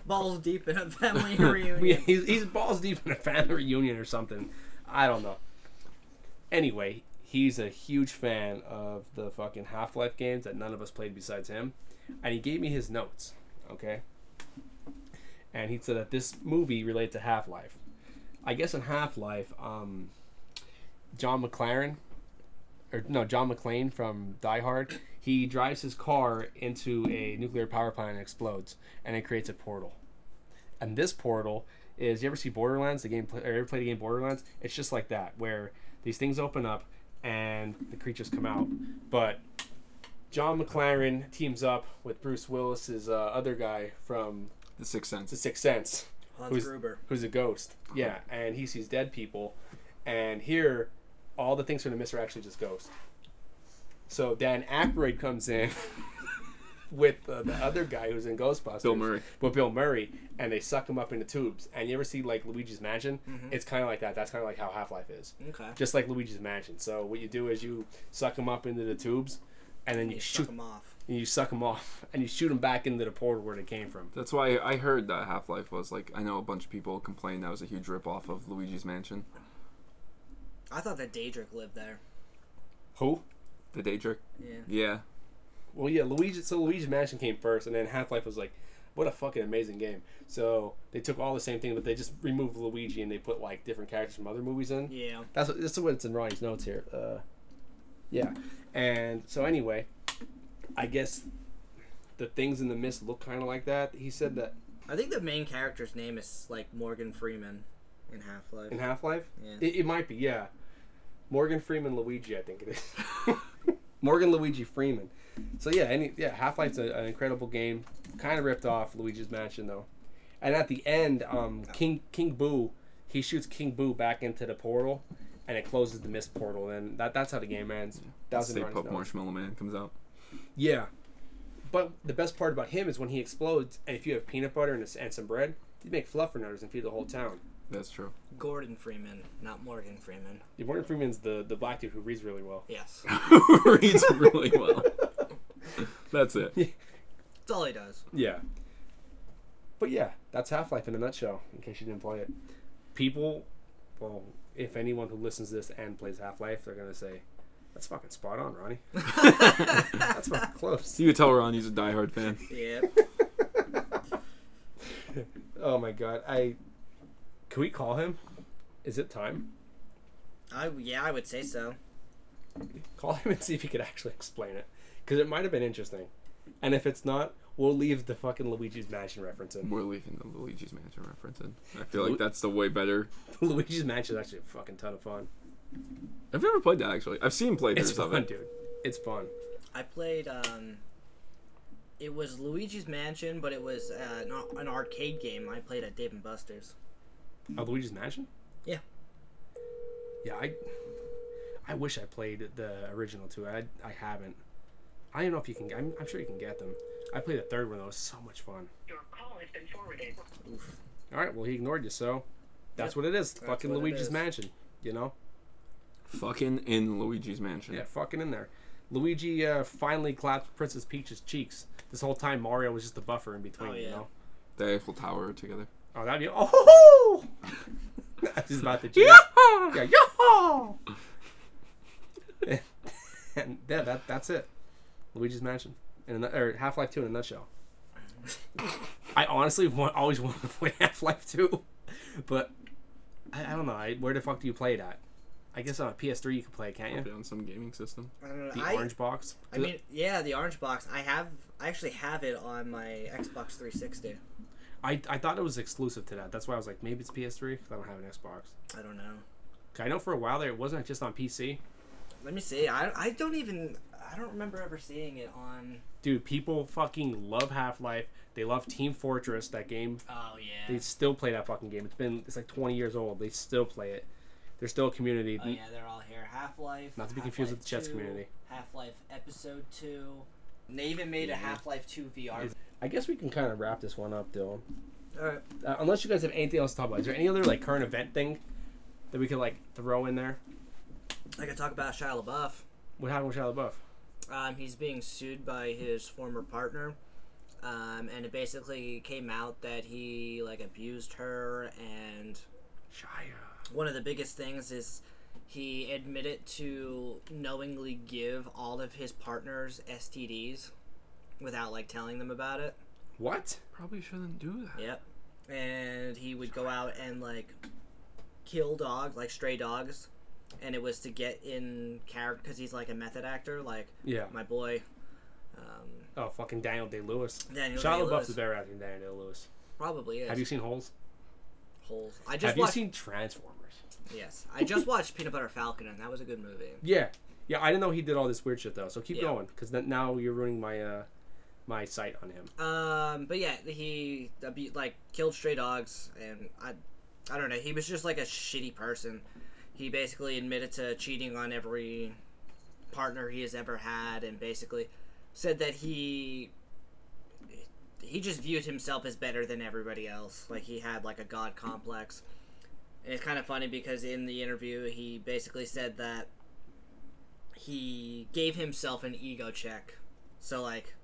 Balls deep in a family Yeah, reunion. he's, he's balls deep in a family reunion or something. I don't know. Anyway, he's a huge fan of the fucking Half Life games that none of us played besides him. And he gave me his notes, okay? And he said that this movie relates to Half Life. I guess in Half Life, um, John McLaren, or no, John McClane from Die Hard, he drives his car into a nuclear power plant and explodes, and it creates a portal and this portal is you ever see Borderlands the game play, or ever play the game Borderlands it's just like that where these things open up and the creatures come out but John McLaren teams up with Bruce Willis's uh, other guy from The Sixth Sense. The Sixth Sense Hans who's- Gruber. who's a ghost yeah and he sees dead people and here all the things from the mist are actually just ghosts so Dan Aykroyd comes in with uh, the other guy who's in Ghostbusters Bill Murray. with Bill Murray, and they suck him up into tubes. And you ever see like Luigi's Mansion? It's kind of like that. That's kind of like how Half Life is, Okay. just like Luigi's Mansion. So what you do is you suck him up into the tubes, and then you, You shook shoot him off. and you suck him off, and you shoot him back into the portal where they came from. That's why I heard that Half Life was like. I know a bunch of people complained that was a huge rip off of Luigi's Mansion. I thought that Daedric lived there. Who? The Daedric. Yeah. Yeah. Well, yeah, Luigi. So Luigi's Mansion came first, and then Half Life was like, what a fucking amazing game. So they took all the same thing, but they just removed Luigi and they put like different characters from other movies in. Yeah. That's what, that's what it's in Ronnie's notes here. Uh, yeah, and so anyway, I guess the things in the mist look kind of like that. He said that I think the main character's name is like Morgan Freeman in Half Life. in Half Life. Yeah. It, it might be, yeah. Morgan Freeman Luigi, I think it is. Morgan Luigi Freeman. So yeah, any yeah, Half Life's a, an incredible game. Kind of ripped off Luigi's Mansion though. And at the end, um, King King Boo, he shoots King Boo back into the portal, and it closes the mist portal. And that that's how the game ends. Thousand Stay Runs Puft Down. Marshmallow Man comes out. Yeah. But the best part about him is when he explodes, and if you have peanut butter and, a s and some bread, you make fluffernutters and feed the whole town. That's true. Gordon Freeman, not Morgan Freeman. Yeah, Morgan Freeman's the, the black dude who reads really well. Yes. Reads really well. That's it. That's all he does. Yeah. But yeah, that's Half Life in a nutshell, in case you didn't play it. People, well, if anyone who listens to this and plays Half Life, they're going to say, that's fucking spot on, Ronnie. that's fucking close. You could tell Ronnie's a diehard fan. Yeah. Oh my god. I. Can we call him? Is it time? I yeah, I would say so. Call him and see if he could actually explain it. Because it might have been interesting. And if it's not, we'll leave the fucking Luigi's Mansion reference in. We're leaving the Luigi's Mansion reference in. I feel like that's the way better. Luigi's Mansion is actually a fucking ton of fun. I've never played that actually. I've seen It's playthroughs of fun, it. dude. It's fun. I played um it was Luigi's Mansion, but it was uh, an, ar- an arcade game I played at Dave and Buster's. Oh, Luigi's Mansion? Yeah. Yeah, I I wish I played the original too. I I haven't. I don't know if you can. I'm, I'm sure you can get them. I played the third one. That was so much fun. Your call has been forwarded. Oof. All right. Well, he ignored you, so that's Yep, what it is. Fucking what it Luigi's is. Mansion. You know. Fucking in Luigi's Mansion. Yeah. Fucking in there. Luigi uh, finally clapped Princess Peach's cheeks. This whole time, Mario was just the buffer in between. Oh, You yeah. know. The Eiffel Tower together. Oh, that'd be oh. He's about to jump. Yeah, yahoo! and yeah, that that's it. Luigi's Mansion, in a, nu- or Half Life Two in a nutshell. I honestly want, always wanted to play Half Life Two, but I, I don't know. I, where the fuck do you play it at? I guess on a PS3 you can play it, can't you? Probably on some gaming system. I don't know. The I, orange box. I mean, yeah, the orange box. I have. I actually have it on my Xbox 360. I, I thought it was exclusive to that. That's why I was like, maybe it's PS3 because I don't have an Xbox. I don't know. 'Cause I know for a while there it wasn't just on PC. Let me see. I, I don't even. I don't remember ever seeing it on. Dude, people fucking love Half Life. They love Team Fortress. That game Oh yeah. They still play that fucking game. It's been it's like 20 years old. They still play it. There's still a community. Oh yeah, they're all here. Half Life. Not to be confused with the chess community. Half Life Episode Two. And they even made a Half Life Two VR. Is- I guess we can kind of wrap this one up, Dylan. All right. Uh, unless you guys have anything else to talk about. Is there any other like current event thing that we could like throw in there? I could talk about Shia LaBeouf. What happened with Shia LaBeouf? Um, he's being sued by his former partner, um, and it basically came out that he like abused her. And Shia. one of the biggest things is he admitted to knowingly give all of his partners STDs without like telling them about it. What? Probably shouldn't do that. Yep. And he would go out and like kill dogs, like stray dogs, and it was to get in character because he's like a method actor, like Yeah. my boy. Um, Oh fucking Daniel Day Lewis. Daniel Shia Day-Lewis. LaBeouf is better actor than Daniel Day Lewis. Probably is. Have you seen Holes? holes? I just have watched. you seen Transformers? yes, I just watched Peanut Butter Falcon, and that was a good movie. Yeah. Yeah, I didn't know he did all this weird shit though. So keep Yeah. going, because now you're ruining my uh my sight on him. Um, but yeah, he abu- like killed stray dogs, and I, I don't know. He was just like a shitty person. He basically admitted to cheating on every partner he has ever had, and basically said that he he just viewed himself as better than everybody else. Like he had like a god complex. And it's kind of funny because in the interview he basically said that he gave himself an ego check. So like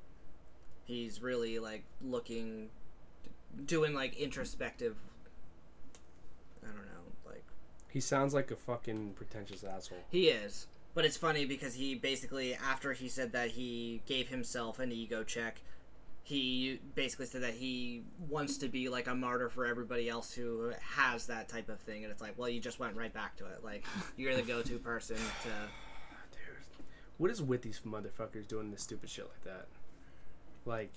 he's really like looking doing like introspective I don't know, like He sounds like a fucking pretentious asshole. he is. But it's funny because he basically, after he said that he gave himself an ego check, he basically said that he wants to be like a martyr for everybody else who has that type of thing. And it's like, well, you just went right back to it. Like, you're the go to person to. Dude, what is with these motherfuckers doing this stupid shit like that? Like,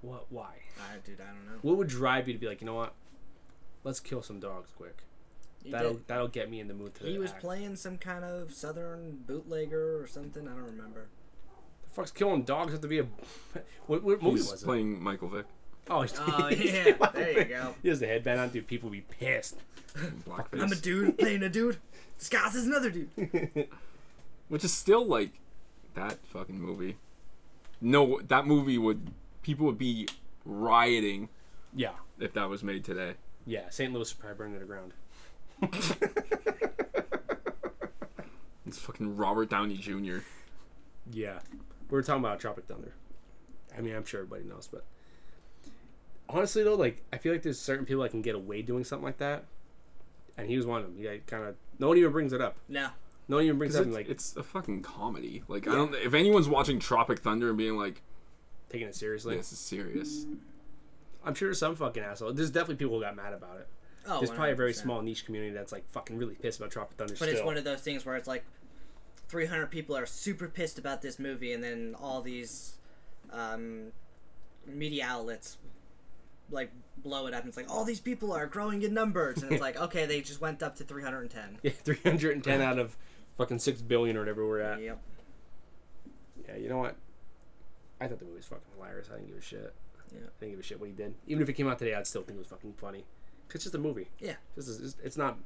what? Why? I, dude, I don't know. What would drive you to be like, you know what? Let's kill some dogs quick. He, That'll did- that'll get me in the mood to. he was act. playing some kind of southern bootlegger or something. I don't remember. The fuck's killing dogs have to be a. what, what movie He's was it? playing Michael Vick. Oh, he's- Oh, he's yeah, playing- there you go. He has the headband on, dude. People be pissed. in Blackface. I'm a dude playing a dude. Disguised as another dude. Which is still like that fucking movie. No, that movie would people would be rioting Yeah, if that was made today. yeah. St. Louis would probably burn to the ground. It's fucking Robert Downey Jr. Yeah. We were talking about Tropic Thunder. I mean, I'm sure everybody knows, but honestly though, like I feel like there's certain people that can get away doing something like that, and he was one of them. Yeah, kind of. No one even brings it up. No. No one even brings It's, it up. and, like it's a fucking comedy. Like I don't. If anyone's watching Tropic Thunder and being like, taking it seriously. "This is serious," I'm sure there's some fucking asshole. There's definitely people who got mad about it. Oh, There's probably a very 100%. small niche community that's like fucking really pissed about Tropic Thunder. But still. it's one of those things where it's like 300 people are super pissed about this movie, and then all these um, media outlets like blow it up, and it's like all these people are growing in numbers, and it's like okay, they just went up to 310. yeah, 310 out of fucking six billion or whatever we're at. Yep. Yeah, you know what? I thought the movie was fucking hilarious. I didn't give a shit. Yeah. I didn't give a shit what he did. Even if it came out today, I'd still think it was fucking funny. 'Cause it's just a movie. Yeah. It's, just, it's, it's not.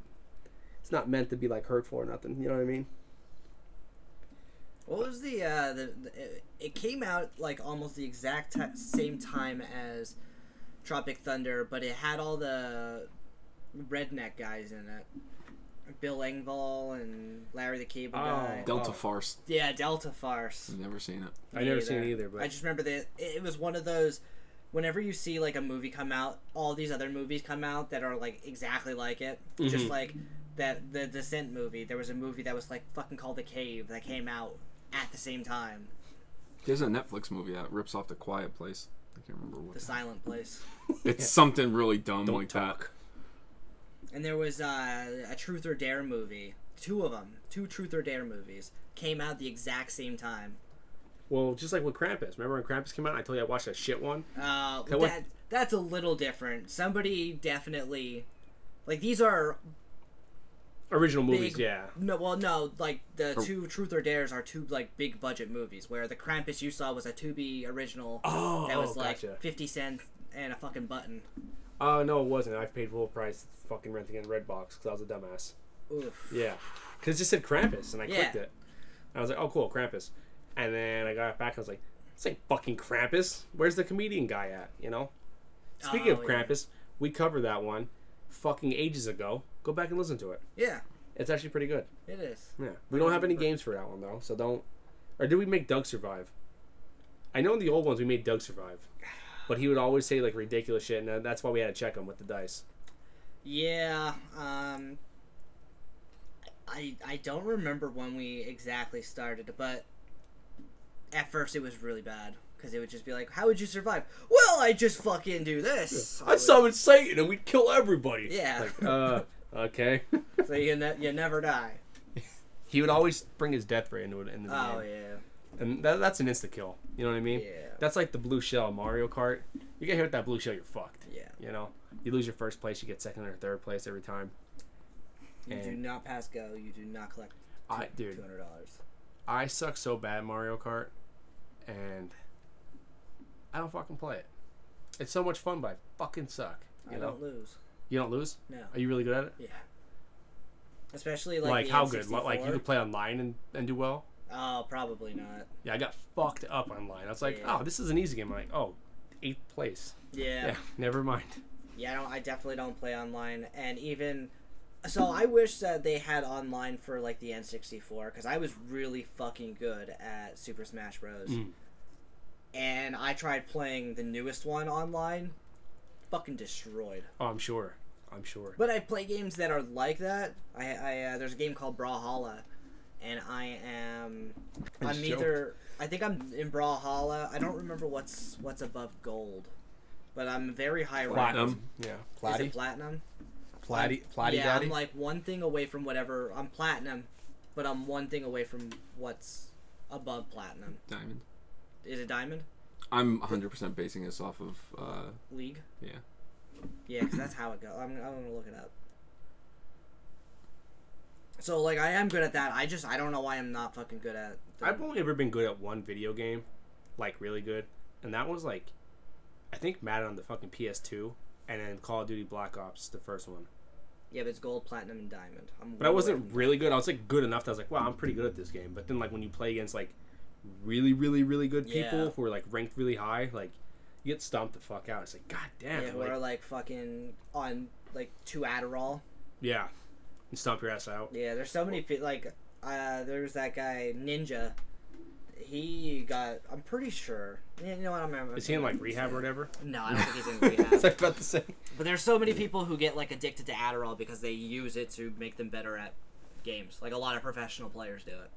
It's not meant to be like hurtful or nothing. You know what I mean? What was the uh, the, the it came out like almost the exact ti same time as Tropic Thunder, but it had all the redneck guys in it. Bill Engvall and Larry the Cable Oh. Guy. Delta Oh. Farce. Yeah, Delta Farce. I've never seen it. I never seen it either, but I just remember that it- it was one of those. Whenever you see like a movie come out, all these other movies come out that are like exactly like it. Just Mhm. like that the Descent movie. There was a movie that was like fucking called The Cave that came out at the same time. There's a Netflix movie that rips off The Quiet Place. I can't remember what. The Silent Place. It's something really dumb don't like talk. And there was uh, a Truth or Dare movie two of them, two Truth or Dare movies, came out the exact same time. Well, just like with Krampus. Remember when Krampus came out? I told you I watched that shit one. Uh, That one- that, that's a little different. Somebody definitely, like these are Original movies, big. yeah. No, well, no, like the Oh. two Truth or Dares are two like big budget movies where the Krampus you saw was a Tubi original Oh, that was like gotcha. fifty cents and a fucking button. Oh no, it wasn't. I paid full price fucking renting in Redbox because I was a dumbass. Oof. Yeah, because it just said Krampus, and I Yeah. clicked it. I was like, "Oh, cool, Krampus," and then I got back. and I was like, "This ain't fucking Krampus. Where's the comedian guy at?" You know. Speaking Oh, of yeah. Krampus, we covered that one, fucking ages ago. Go back and listen to it. Yeah, It's actually pretty good. it is. Yeah, we don't have any games for that one though, so don't. Or did we make Doug survive? I know in the old ones we made Doug survive, but he would always say like ridiculous shit, and that's why we had to check him with the dice. Yeah. Um. I I don't remember when we exactly started, but at first it was really bad because it would just be like, "How would you survive?" Well, I just fucking do this. I would- Satan and we'd kill everybody. Yeah. Like, uh, okay. So you ne- you never die. he would always bring his death ray into it into the Oh game, yeah. and that, that's an insta kill. You know what I mean? Yeah. That's like the blue shell in Mario Kart. You get hit with that blue shell, you're fucked. Yeah. You know, you lose your first place, you get second or third place every time. You do And- not pass go. You do not collect I, two dude, hundred dollars. I suck so bad at Mario Kart, and I don't fucking play it. It's so much fun, but I fucking suck. I You know, don't lose. you don't lose. No. Are you really good at it? Yeah. Especially like, Like, the how good? N64. Like you could play online and, and do well. Oh, probably not. Yeah, I got fucked up online. I was like, Yeah. oh, this is an easy game. I'm like, oh, eighth place. Yeah. Yeah, never mind. Yeah, I, don't, I definitely don't play online, and even so, I wish that they had online for like the N sixty four because I was really fucking good at Super Smash Bros. Mm. And I tried playing the newest one online, fucking destroyed. Oh, I'm sure. I'm sure. But I play games that are like that. I, I uh, there's a game called Brawlhalla, and I am I I'm just either I think I'm in Brawlhalla. I don't remember what's what's above gold, but I'm very high ranked. Platinum. Yeah, Is Platty, it platinum? Platty, Platty, yeah, Daddy. I'm like one thing away from whatever. I'm platinum, but I'm one thing away from what's above platinum. Diamond. Is it diamond I'm 100% basing this off of. Uh, league? Yeah. Yeah, because that's how it goes. I'm, I'm gonna look it up. So like I am good at that. I just I don't know why I'm not fucking good at. the- I've only ever been good at one video game, like really good, and that was like, I think Mad on the fucking PS2, and then Call of Duty Black Ops, the first one. yeah, but it's gold, platinum, and diamond. I'm But I way wasn't away really good. I was like good enough. That I was like, wow, I'm pretty good at this game. But then like when you play against like really, really, really good people Yeah. who are like ranked really high, like you get stomped the fuck out. It's like, god from- damn, Yeah, who like, are like fucking on like two Adderall. yeah, and stomp your ass out. Yeah, there's so many people. Like, uh, there was that guy Ninja. He got. I'm pretty sure. You know what? I'm. I'm Is he in like rehab or whatever? No, I don't think he's in rehab. about the same. But there's so many people who get like addicted to Adderall because they use it to make them better at games. Like a lot of professional players do it.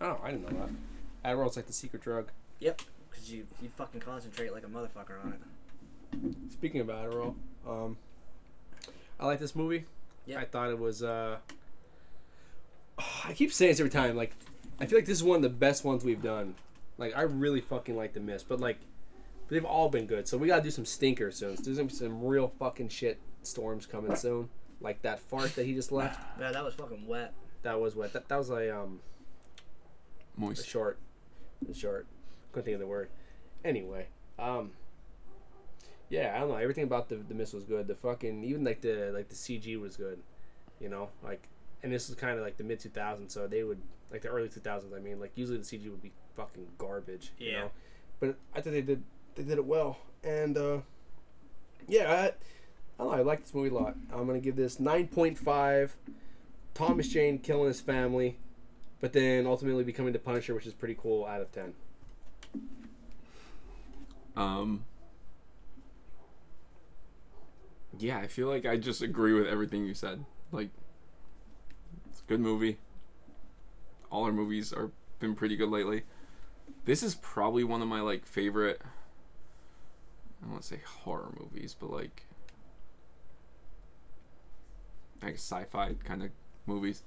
Oh, I didn't know that. Adderall's like the secret drug. Yep. Because you you fucking concentrate like a motherfucker on it. Speaking of Adderall, um, I like this movie. Yeah. I thought it was. Uh, I keep saying this every time. Like, I feel like this is one of the best ones we've done. Like, I really fucking like the miss, but like, they've all been good. So we gotta do some stinkers soon. There's gonna be some real fucking shit storms coming soon. Like that fart that he just left. Yeah, that was fucking wet. That was what. That, that was a um a moist. short, a short. Couldn't think of the word. Anyway, um, yeah, I don't know. Everything about the the miss was good. The fucking even like the like the CG was good. You know, like, and this was kind of like the mid 2000s, so they would like the early 2000s. I mean, like usually the CG would be fucking garbage. You Yeah. know, but I thought they did they did it well, and uh, yeah, I, I don't know. I like this movie a lot. I'm gonna give this 9.5. Thomas Jane killing his family but then ultimately becoming the Punisher, which is pretty cool. Out of ten, Um. Yeah, I feel like I just agree with everything you said. Like, it's a good movie. All our movies are been pretty good lately. This is probably one of my like favorite. I won't say horror movies, but like, like sci-fi kind of movies.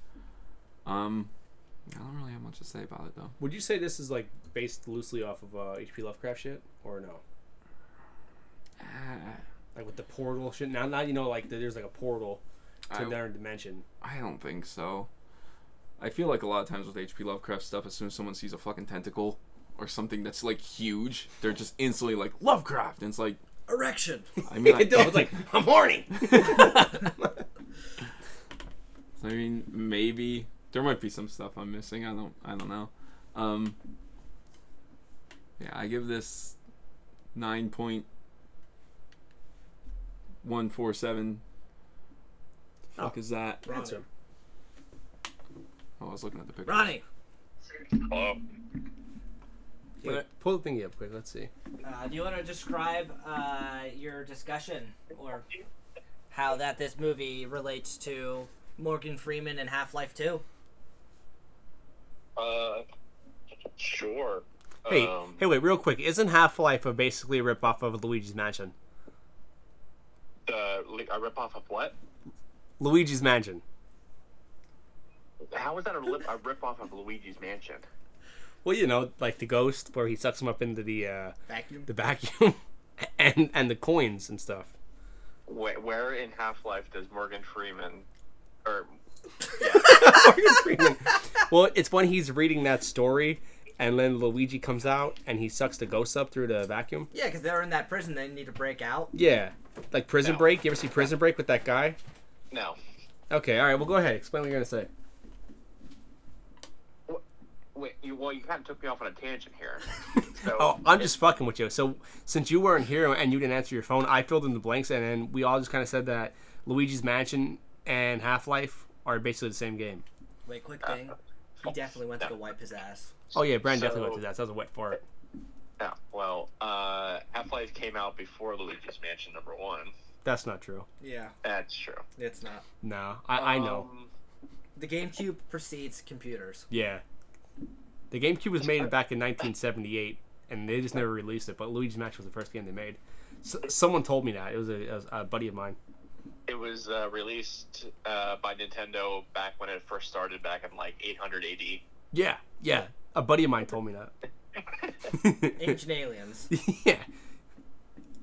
Um, I don't really have much to say about it though. Would you say this is like based loosely off of uh, H.P. Lovecraft shit, or no? Ah, Like with the portal shit. Now, now you know, like there's like a portal to I- another dimension. I don't think so. I feel like a lot of times with H.P. Lovecraft stuff, as soon as someone sees a fucking tentacle or something that's like huge, they're just instantly like Lovecraft, and it's like, Erection. I mean, I, No, it's like I'm horny. I mean, maybe there might be some stuff I'm missing. I don't, I don't know. Um, yeah, I give this nine point one four seven. Fuck is that? That's Ronnie. him. Oh, I was looking at the picture. Ronnie. Hello. Wait, Yeah. pull the thingy up quick. Let's see. Uh, do you want to describe uh, your discussion or how that this movie relates to Morgan Freeman and Half Life 2? Uh, sure. Hey, um, hey, wait, real quick. Isn't Half Life a basically a rip off of Luigi's Mansion? uh, li- a rip off of what? Luigi's Mansion. How is that a, lip, a rip off of Luigi's Mansion? Well, you know, like the ghost where he sucks him up into the uh, Vacuum. the vacuum, and and the coins and stuff. Wh- where in Half Life does Morgan Freeman, or Morgan Freeman. Well, it's when he's reading that story, and then Luigi comes out and he sucks the ghost up through the vacuum. Yeah, because they're in that prison. They need to break out. Yeah, like Prison No. Break. You ever see Prison Break with that guy? no? Okay, all right. Well, go ahead. Explain what you're gonna say. Wait, you, well, you kind of took me off on a tangent here. So, Oh, I'm just fucking with you. So since you weren't here and you didn't answer your phone, I filled in the blanks, and then we all just kind of said that Luigi's Mansion and Half Life are basically the same game. Wait, quick thing. He definitely went to go wipe his ass. Oh yeah, Brand definitely went So- through that. So that was a wet fart. yeah, well, uh, Half Life came out before Luigi's Mansion number one. That's not true. Yeah, That's true. it's not. No, I, I know. Um, The GameCube precedes computers. Yeah. The GameCube was made back in 1978, and they just never released it. But Luigi's Mansion was the first game they made. S someone told me that. It was, a, it was a buddy of mine. It was uh, released uh, by Nintendo back when it first started, back in like 800 AD. Yeah, yeah. A buddy of mine told me that. Ancient aliens. yeah.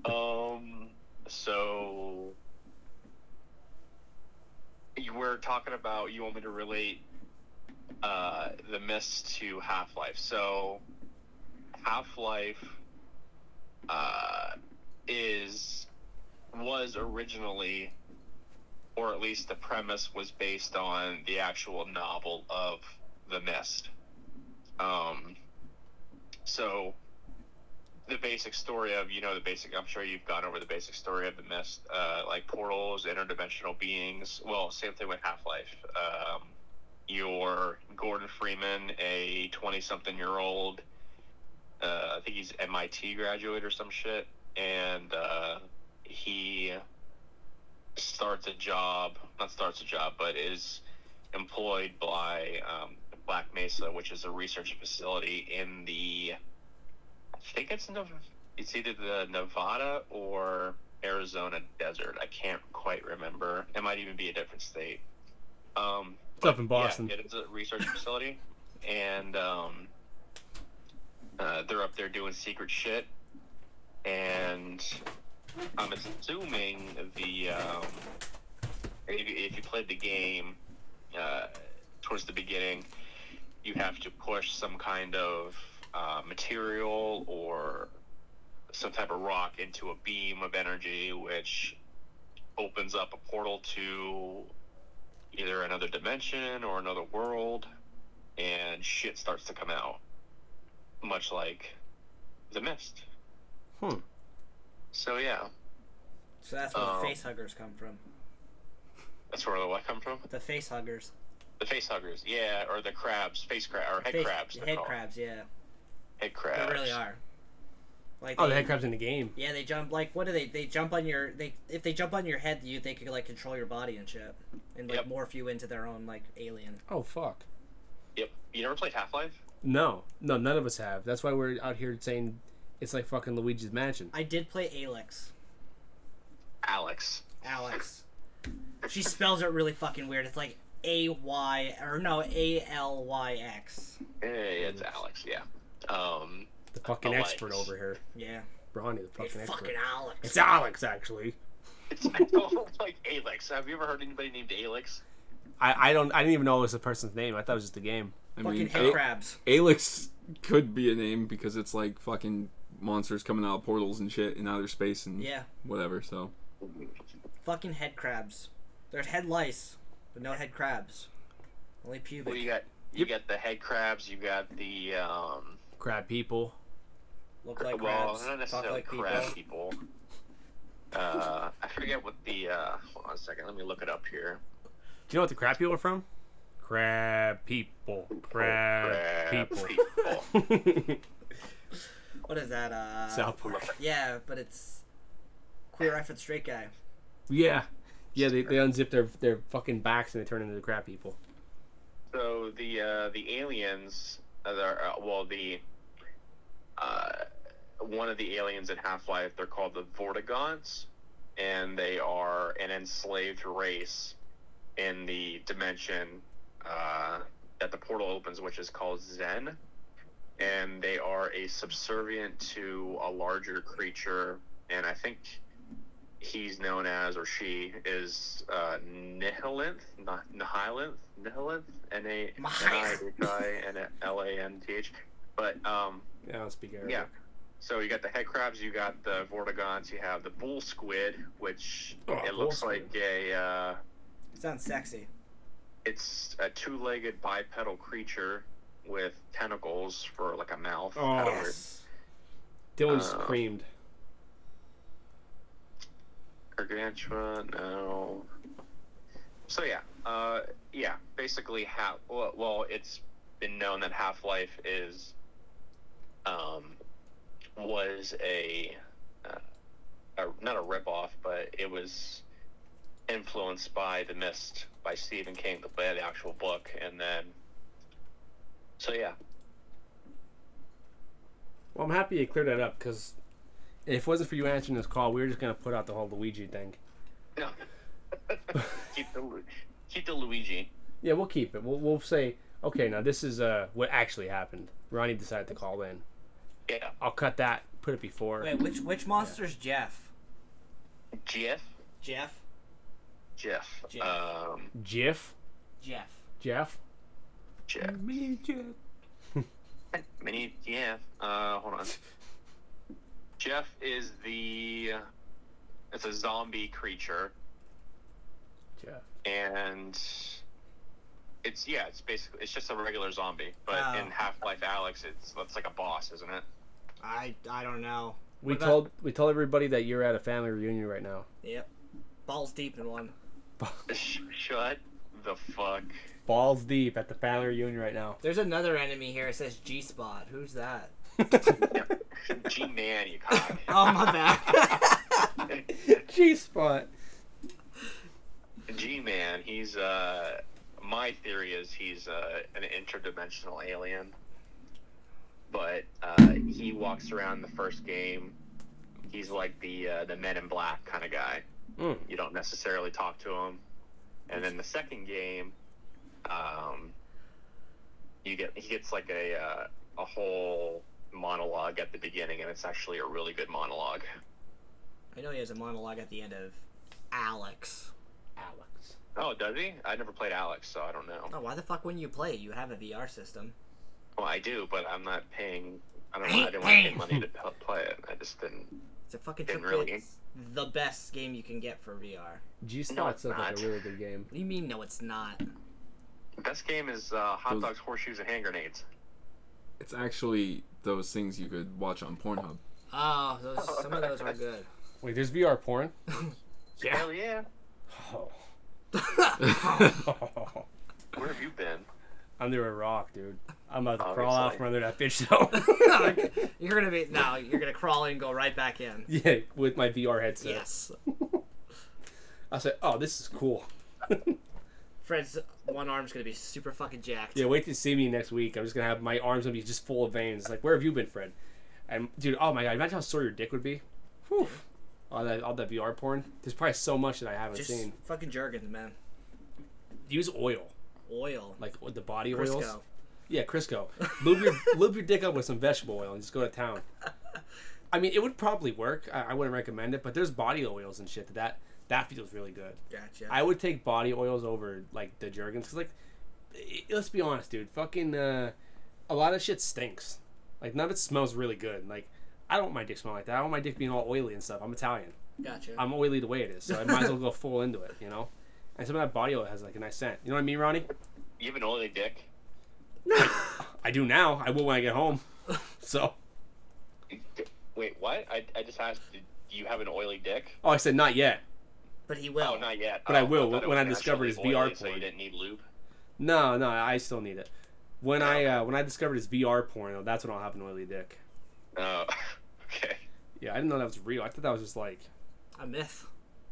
Um, so you were talking about you want me to relate uh, the mist to Half Life. So Half Life uh, is was originally, or at least the premise was based on the actual novel of the mist. Um, so the basic story of you know the basic i'm sure you've gone over the basic story of the mist uh, like portals interdimensional beings well same thing with half-life um, you're gordon freeman a 20 something year old uh, i think he's mit graduate or some shit and uh, he starts a job not starts a job but is employed by um, black mesa which is a research facility in the I think it's Nev- it's either the Nevada or Arizona desert. I can't quite remember. It might even be a different state. Um, It's up in yeah, Boston. it is a research facility, and um, uh, they're up there doing secret shit. And I'm assuming the um, if, you- if you played the game uh, towards the beginning, you have to push some kind of uh, material or some type of rock into a beam of energy, which opens up a portal to either another dimension or another world, and shit starts to come out, much like the mist. Hmm. So yeah, So that's where Oh. the face huggers come from. that's where the what come from. The face huggers. The face huggers, yeah, or the crabs, face crab or head Face- crabs. they're Head called. crabs, yeah. Head crabs. They really are. Like Oh, they- the head crab's in the game. Yeah, they jump like what do they? They jump on your they if they jump on your head, you they could like control your body and shit, and like Yep. morph you into their own like alien. Oh fuck. Yep. You never played Half Life? No, no, none of us have. That's why we're out here saying it's like fucking Luigi's Mansion. I did play Alex. Alex. Alex. She spells it really fucking weird. It's like A Y or no A L Y X. Eh, it's Alex. Yeah. Um, The fucking Alex. expert over here. Yeah. Bronny, the It's fucking expert. fucking Alex. It's Alex, actually. it's I don't like Alex. Have you ever heard anybody named Alex? I, I don't I didn't even know it was the person's name. I thought it was just the game. I fucking mean, head A- crabs. Alex could be a name because it's like fucking monsters coming out of portals and shit in outer space and Yeah. whatever. So Fucking head crabs. There's head lice, but no head crabs. Only pubic. Well, you got you got the head crabs. You got the um. Crab people. Look like well, crabs. not Talk necessarily like crab people. people. Uh, I forget what the uh. Hold on a second. Let me look it up here. Do you know what the crab people are from? Crab people. Crab, Oh, Crab Uh, people. people. What is that? Uh, South Park. Yeah, but it's queer eye for the straight guy. Yeah. Yeah, they, they unzip their, their fucking backs and they turn into the crab people. So the uh, the aliens, uh, they're, uh, well the uh, one of the aliens in Half Life, they're called the Vortigons, and they are an enslaved race in the dimension uh, that the portal opens, which is called Zen, and they are a subservient to a larger creature, and I think. He's known as, or she is uh, Nihilanth, not Nihilanth, Nihilanth, N A N I H I N L A N T H. But um, Yeah, I don't speak Arabic. yeah. So you got the head crabs, you got the vortigons, you have the bull squid, which Oh, it bull looks squid. like a uh, Sounds sexy. it's a two-legged bipedal creature with tentacles for like a mouth. Oh. I don't know. Yes. Dylan Uh, screamed. Gargantua, no. So yeah, uh, yeah. Basically, half. Well, well, it's been known that Half Life is, um, was a, uh, a not a ripoff, but it was influenced by The Mist by Stephen King, the, by the actual book, and then. So yeah, Well, I'm happy you cleared that up because if it wasn't for you answering this call, we were just going to put out the whole Luigi thing. no. keep the Lu- keep the Luigi. Yeah, we'll keep it. We'll, we'll say, okay, now this is uh, what actually happened. Ronnie decided to call in. Yeah, I'll cut that, put it before. Wait, which which monster's Jeff? Jeff. Jeff. Jeff. Jeff. Um, Jeff? Jeff. Jeff? Jeff. Mini, yeah. Uh, hold on. Jeff is the. It's a zombie creature, Jeff. and it's yeah. It's basically it's just a regular zombie, but Oh. in Half Life Alex, it's that's like a boss, isn't it? I I don't know. We What about- told we told everybody that you're at a family reunion right now. Yep. Balls deep in one. Sh- Shut the fuck. Balls deep at the family reunion right now. There's another enemy here. It says G spot. Who's that? G man, you cock. Oh my bad. G spot. G man, he's uh. My theory is he's uh, an interdimensional alien, but uh, he walks around the first game. He's like the uh, the Men in Black kind of guy. Mm. You don't necessarily talk to him. And then the second game, um, you get he gets like a uh, a whole monologue at the beginning, and it's actually a really good monologue. I know he has a monologue at the end of Alex. Alex. Oh, does he? I never played Alex, so I don't know. Oh, why the fuck wouldn't you play it? You have a VR system. Well, I do, but I'm not paying. I don't know. I didn't want to pay money to p- play it. I just didn't. It's a fucking Didn't triple. really. It's the best game you can get for VR. What G spot it's sounds like not. a really good game. do you mean? No, it's not. Best game is uh, hot Those- dogs, horseshoes, and hand grenades. it's actually those things you could watch on Pornhub. Oh, those, some of those are good. Wait, there's VR porn. Yeah. Hell yeah! Where have you been? under a rock, dude. I'm about to Obviously. crawl out from under that bitch though. you're gonna be no. You're gonna crawl in and go right back in. yeah, with my VR headset. Yes. I said, "Oh, this is cool." Fred's one arm's gonna be super fucking jacked. Yeah, wait to see me next week. I'm just gonna have my arms gonna be just full of veins. Like, where have you been, Fred? And dude, oh my god, imagine how sore your dick would be. Whew. All that, all that VR porn. There's probably so much that I haven't Just seen. fucking jerkins, man. use oil, Oil. like the body oils. Crisco. Yeah, Crisco. Lube your lube your dick up with some vegetable oil and just go to town. I mean, it would probably work. I, I wouldn't recommend it, but there's body oils and shit that that, that feels really good. Gotcha. I would take body oils over like the Jergens because like, i- let's be honest, dude. Fucking uh, a lot of shit stinks. Like none of it smells really good. Like I don't want my dick smelling like that. I don't want my dick being all oily and stuff. I'm Italian. gotcha. I'm oily the way it is, so I might as well go full into it. You know. And some of that body oil has like a nice scent. You know what I mean, Ronnie? You have an oily dick. I do now. I will when I get home. So, Wait, what? I, I just asked. Did you have an oily dick? oh, I said not yet. but he will. oh, not yet. but I Oh, will thought it when was I discovered his naturally VR oily, So you porn. didn't need lube. No, no, I still need it. When I uh, when I discovered his VR porn, though, that's when I'll have an oily dick. Oh, okay. Yeah, I didn't know that was real. I thought that was just like, A myth.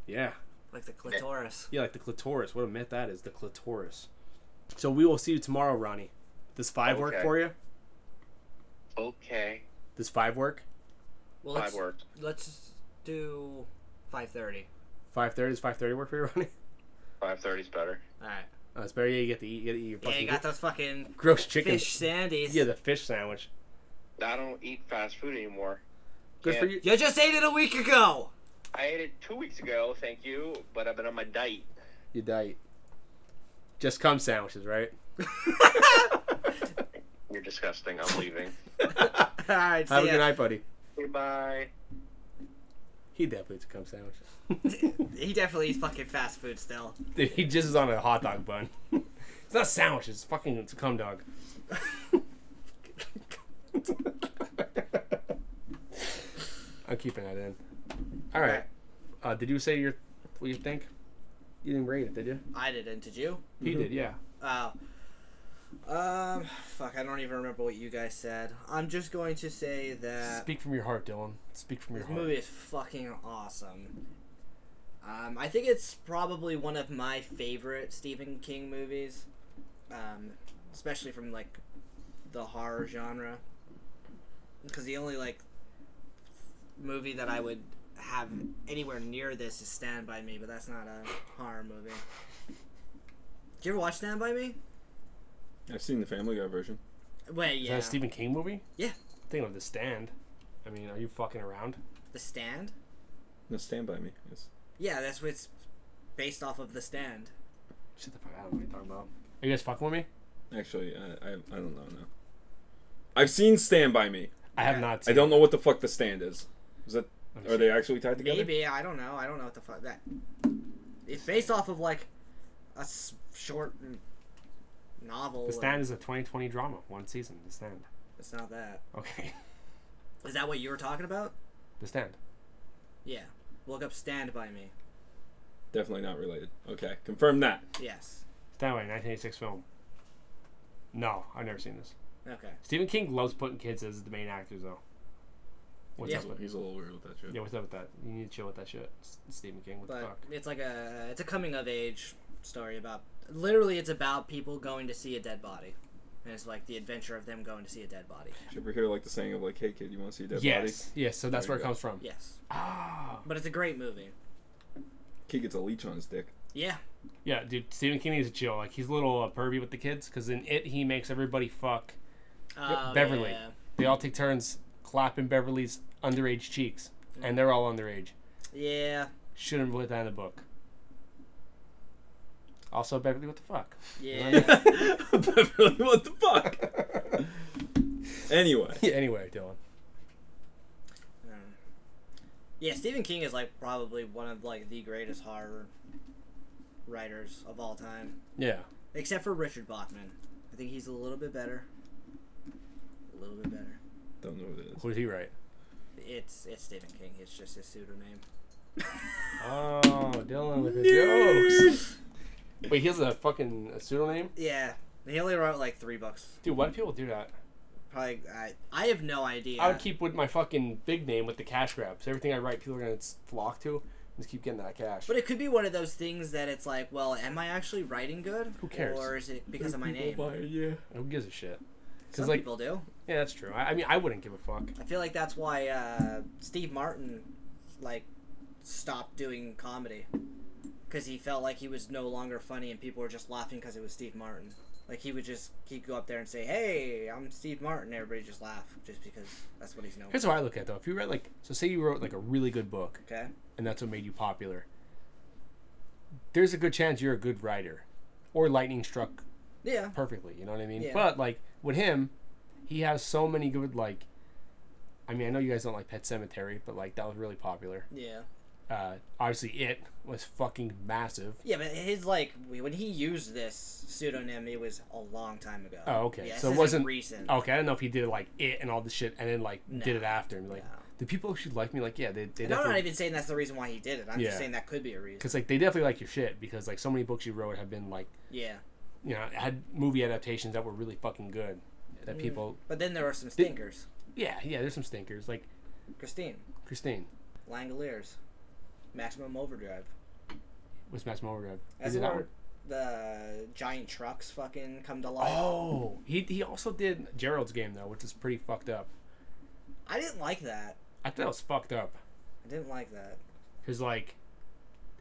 yeah, Like the clitoris. yeah, like the clitoris. What a myth that is, the clitoris. So we will see you tomorrow, Ronnie. Does five work Okay. for you? Okay. Does five work? Well, Five let's, words. let's just do 5.30. Five thirty? Does five thirty work for you, Ronnie? Five thirty is better. All right. Uh, it's better. Yeah, you get to eat. You get to eat your Yeah, fucking you got those fucking gross chicken. fish sandies. Yeah, the fish sandwich. I don't eat fast food anymore. Good for Yeah. you. You just ate it a week ago. I ate it two weeks ago, thank you, but I've been on my diet. Your diet. Just cum sandwiches, right? You're disgusting. I'm leaving. All right. See Have a ya. good night, buddy. Goodbye. He definitely eats a cum sandwich. He definitely eats fucking fast food still. Dude, he just is on a hot dog bun. it's not a sandwich. It's fucking it's a cum dog. I'm keeping that in. All right. Uh, did you say your what you think? You didn't rate it, did you? I didn't. Did you? He did, yeah. Oh. Um. Fuck. I don't even remember what you guys said. I'm just going to say that Speak from your heart, Dylan. Speak from your this heart. movie is fucking awesome. Um, I think it's probably one of my favorite Stephen King movies, um, especially from like the horror genre. Because the only like movie that I would have anywhere near this is Stand by Me, but that's not a horror movie. Did you ever watch Stand by Me? I've seen the Family Guy version. Wait, Is yeah, that a Stephen King movie? Yeah. I'm thinking of The Stand. I mean, are you fucking around? The Stand. No, Stand by Me. Yes. Yeah, that's what's based off of The Stand. Shut the fuck out. What are you talking about? Are you guys fucking with me? Actually, I, I I don't know now. I've seen Stand by Me. I have Yeah. not. I Seen don't know what the fuck the stand is. Is that Let me are see. they actually tied together? Maybe I don't know. I don't know what the fuck that. It's based off of like a s- short n- novel. The Stand is a 2020 drama, one season. The Stand. It's not that. Okay. Is that what you were talking about? The Stand. Yeah. Look up "Stand by Me." Definitely not related. Okay, confirm that. Yes. Stand by 1986 film. No, I've never seen this. Okay. Stephen King loves putting kids as the main actors, though. What's Yeah. up with He's a little weird with that shit. yeah? What's up with that? You need to chill with that shit, S- Stephen King. What the But fuck? it's like a it's a coming of age story about literally it's about people going to see a dead body, and it's like the adventure of them going to see a dead body. Did you ever hear like the saying of like, "Hey kid, you want to see a dead body?" Yes, yes. So that's There where you it comes from. Yes. Ah, But it's a great movie. Kid gets a leech on his dick. Yeah. yeah, dude. Stephen King needs to chill. Like he's a little uh, pervy with the kids, because in it he makes everybody fuck. Oh, Beverly. yeah. They all take turns clapping Beverly's underage cheeks, and they're all underage. Yeah. Shouldn't have put that in the book. Also, Beverly, what the fuck? Yeah. Beverly, what the fuck? anyway, Yeah, anyway, Dylan. Um, yeah, Stephen King is like probably one of like the greatest horror writers of all time, Yeah. except for Richard Bachman. I think he's a little bit better. A little bit better. don't know what it is. Who's he right? It's it's Stephen King. It's just his pseudonym. Oh, Dylan with his jokes. Wait, he has a fucking a pseudonym? Yeah, he only wrote like three books. Dude, why do people do that? Probably I I have no idea. I would keep with my fucking big name with the cash grabs. Everything I write, people are going to flock to. Just keep getting that cash. But it could be one of those things that it's like, well, am I actually writing good? Who cares? Or is it because of my name? People buy it, yeah. Who gives a shit? Some Because, like, people do. yeah, that's true. I, I mean, I wouldn't give a fuck. I feel like that's why uh, Steve Martin like stopped doing comedy because he felt like he was no longer funny and people were just laughing because it was Steve Martin. Like he would just he'd go up there and say, "Hey, I'm Steve Martin," everybody just laugh just because that's what he's known. Here's how I look at it, though. If you read like, so say you wrote like a really good book, for, okay, and that's what made you popular. There's a good chance you're a good writer, or lightning struck yeah, perfectly. You know what I mean? Yeah. But like with him, he has so many good like. I mean, I know you guys don't like Pet Cemetery, but like that was really popular. yeah, Uh, obviously, it was fucking massive. yeah. But his like when he used this pseudonym, it was a long time ago. Oh, okay. Yeah, So this it isn't wasn't- oh, recent. Okay, I don't know if he did like it and all this shit, and then like did No. it after and be like, No. do people actually like me? Like, yeah, they they And I'm not definitely even saying that's the reason why he did it. I'm Yeah. just saying that could be a reason. because like they definitely like your shit because like so many books you wrote have been like Yeah, you know had movie adaptations that were really fucking good Mm. that people but then there are some stinkers. yeah yeah there's some stinkers like Christine, Christine Langoliers, Maximum Overdrive. was Max Overdrive. He That's did that where one. the giant trucks fucking come to life. Oh, he he also did Gerald's game though, which is pretty fucked up. I didn't like that. I thought it was fucked up. I didn't like that. Cause like,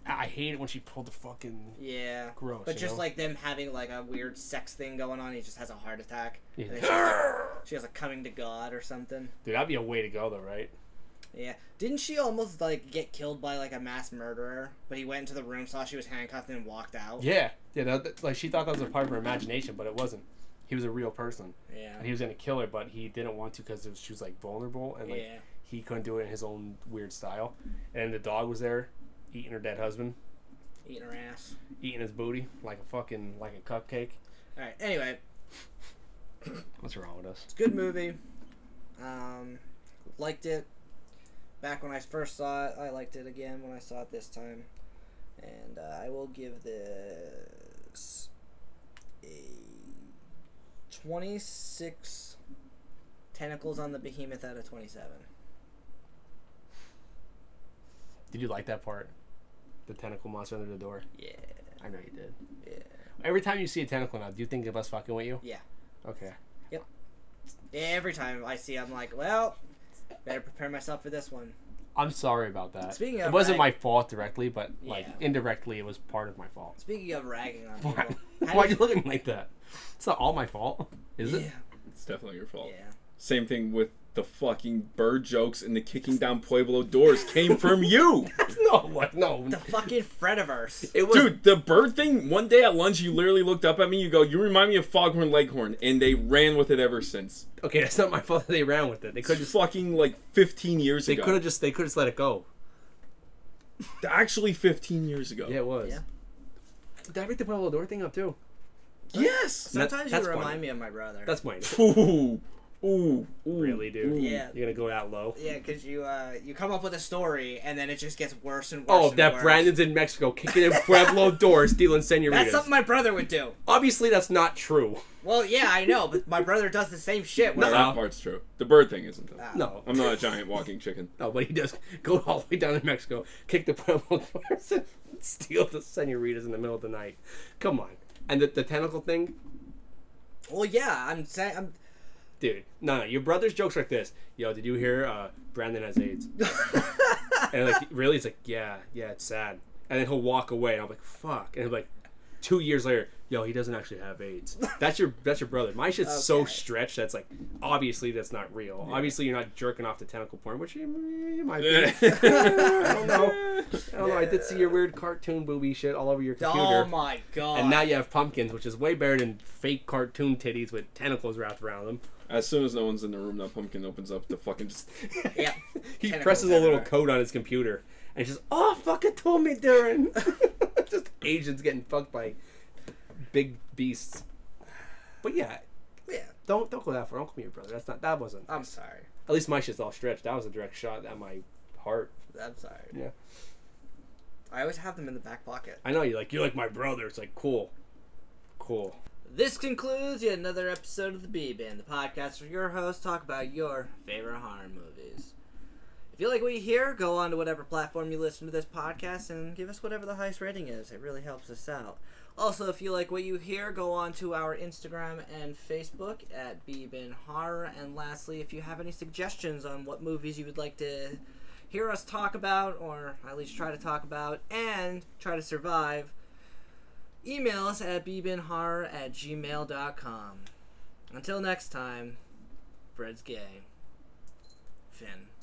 I I hate it when she pulled the fucking Yeah. Gross, But you just know? like them having like a weird sex thing going on, he just has a heart attack. Yeah. And then she's like, she has a coming to God or something. dude. That'd be a way to go though, right? Yeah. Didn't she almost like get killed by like a mass murderer? But he went into the room, saw she was handcuffed, and walked out. Yeah, yeah. That, that- like she thought that was a part of her imagination, but it wasn't. He was a real person, Yeah. and he was gonna kill her, but he didn't want to because she was like vulnerable and like Yeah. he couldn't do it in his own weird style. And the dog was there, eating her dead husband, Eating her ass. eating his booty like a fucking like a cupcake. All right. Anyway, What's wrong with us? it's a good movie. Um, liked it. Back when I first saw it, I liked it again when I saw it this time, and uh, I will give this a twenty-six tentacles on the behemoth out of twenty-seven. Did you like that part? The tentacle monster under the door. Yeah, I know you did. yeah, Every time you see a tentacle now, do you think of us fucking with you? Yeah. Okay. Every time I see, it, I'm like, well, better prepare myself for this one. I'm sorry about that. Speaking it of wasn't rag- my fault directly, but like Yeah. indirectly, it was part of my fault. Speaking of ragging on Why, people, why are you looking like that? It's not all my fault, is yeah, it? It's definitely your fault. yeah. Same thing with the fucking bird jokes and the kicking down Pueblo doors came from you. No, what? No. The fucking Frediverse. It was. Dude, the bird thing, one day at lunch, you literally looked up at me, you go, You remind me of Foghorn Leghorn, and they ran with it ever since. Okay, that's not my fault that they ran with it. They could It's just. fucking like 15 years They ago. could have just. They could just let it go. Actually, 15 years ago. Yeah, it was. Yeah. Did I make the Pueblo door thing up too? Yes! That- Sometimes that's you remind funny. me of my brother. That's mine. Ooh. Ooh. Ooh. Really, dude. Ooh. Yeah. You're gonna go that low. Yeah, because you uh, you come up with a story and then it just gets worse and worse. Oh, and that worse. Brandon's in Mexico kicking in Pueblo doors, stealing senoritas. That's something my brother would do. Obviously, that's not true. Well, yeah, I know, but my brother does the same shit. Where, No, that part's true. The bird thing isn't, though. No. I'm not a giant walking chicken. No, but he does go all the way down to Mexico, kick the Pueblo doors, and steal the senoritas in the middle of the night. Come on. And the, the tentacle thing, Well, yeah, I'm saying, I'm, dude. No, no, your brother's jokes like this. Yo, did you hear uh, Brandon has AIDS? Oh and like, really, it's like, yeah, yeah, it's sad. And then he'll walk away, and I'm like, fuck. And like, two years later, yo, he doesn't actually have AIDS. That's your that's your brother. My shit's so Okay. stretched that's like, obviously that's not real. Obviously you're not jerking off to tentacle porn, which you, you might be. I don't know. I don't know. Oh, I did see your weird cartoon booby shit all over your oh computer. my god. and now you have pumpkins, which is way better than fake cartoon titties with tentacles wrapped around them. As soon as no one's in the room, that pumpkin opens up to fucking just. yeah, He Tentacles presses a little everywhere. code on his computer and he's just, oh, fuck it, told me, Darren. just Asians getting fucked by big beasts. But yeah, yeah. don't don't go that far. Don't call me your brother. That's not that wasn't. I'm sorry. At least my shit's all stretched. That was a direct shot at my heart. I'm sorry. Yeah. I always have them in the back pocket. I know you like you're like my brother. It's like cool, cool. This concludes yet another episode of the B Bin, the podcast where your hosts talk about your favorite horror movies. If you like what you hear, go on to whatever platform you listen to this podcast and give us whatever the highest rating is. It really helps us out. Also, if you like what you hear, go on to our Instagram and Facebook at B Bin Horror. And lastly, if you have any suggestions on what movies you would like to hear us talk about, or at least try to talk about, and try to survive, email us at bbinhorror at gmail.com. Until next time, Fred's gay. Finn.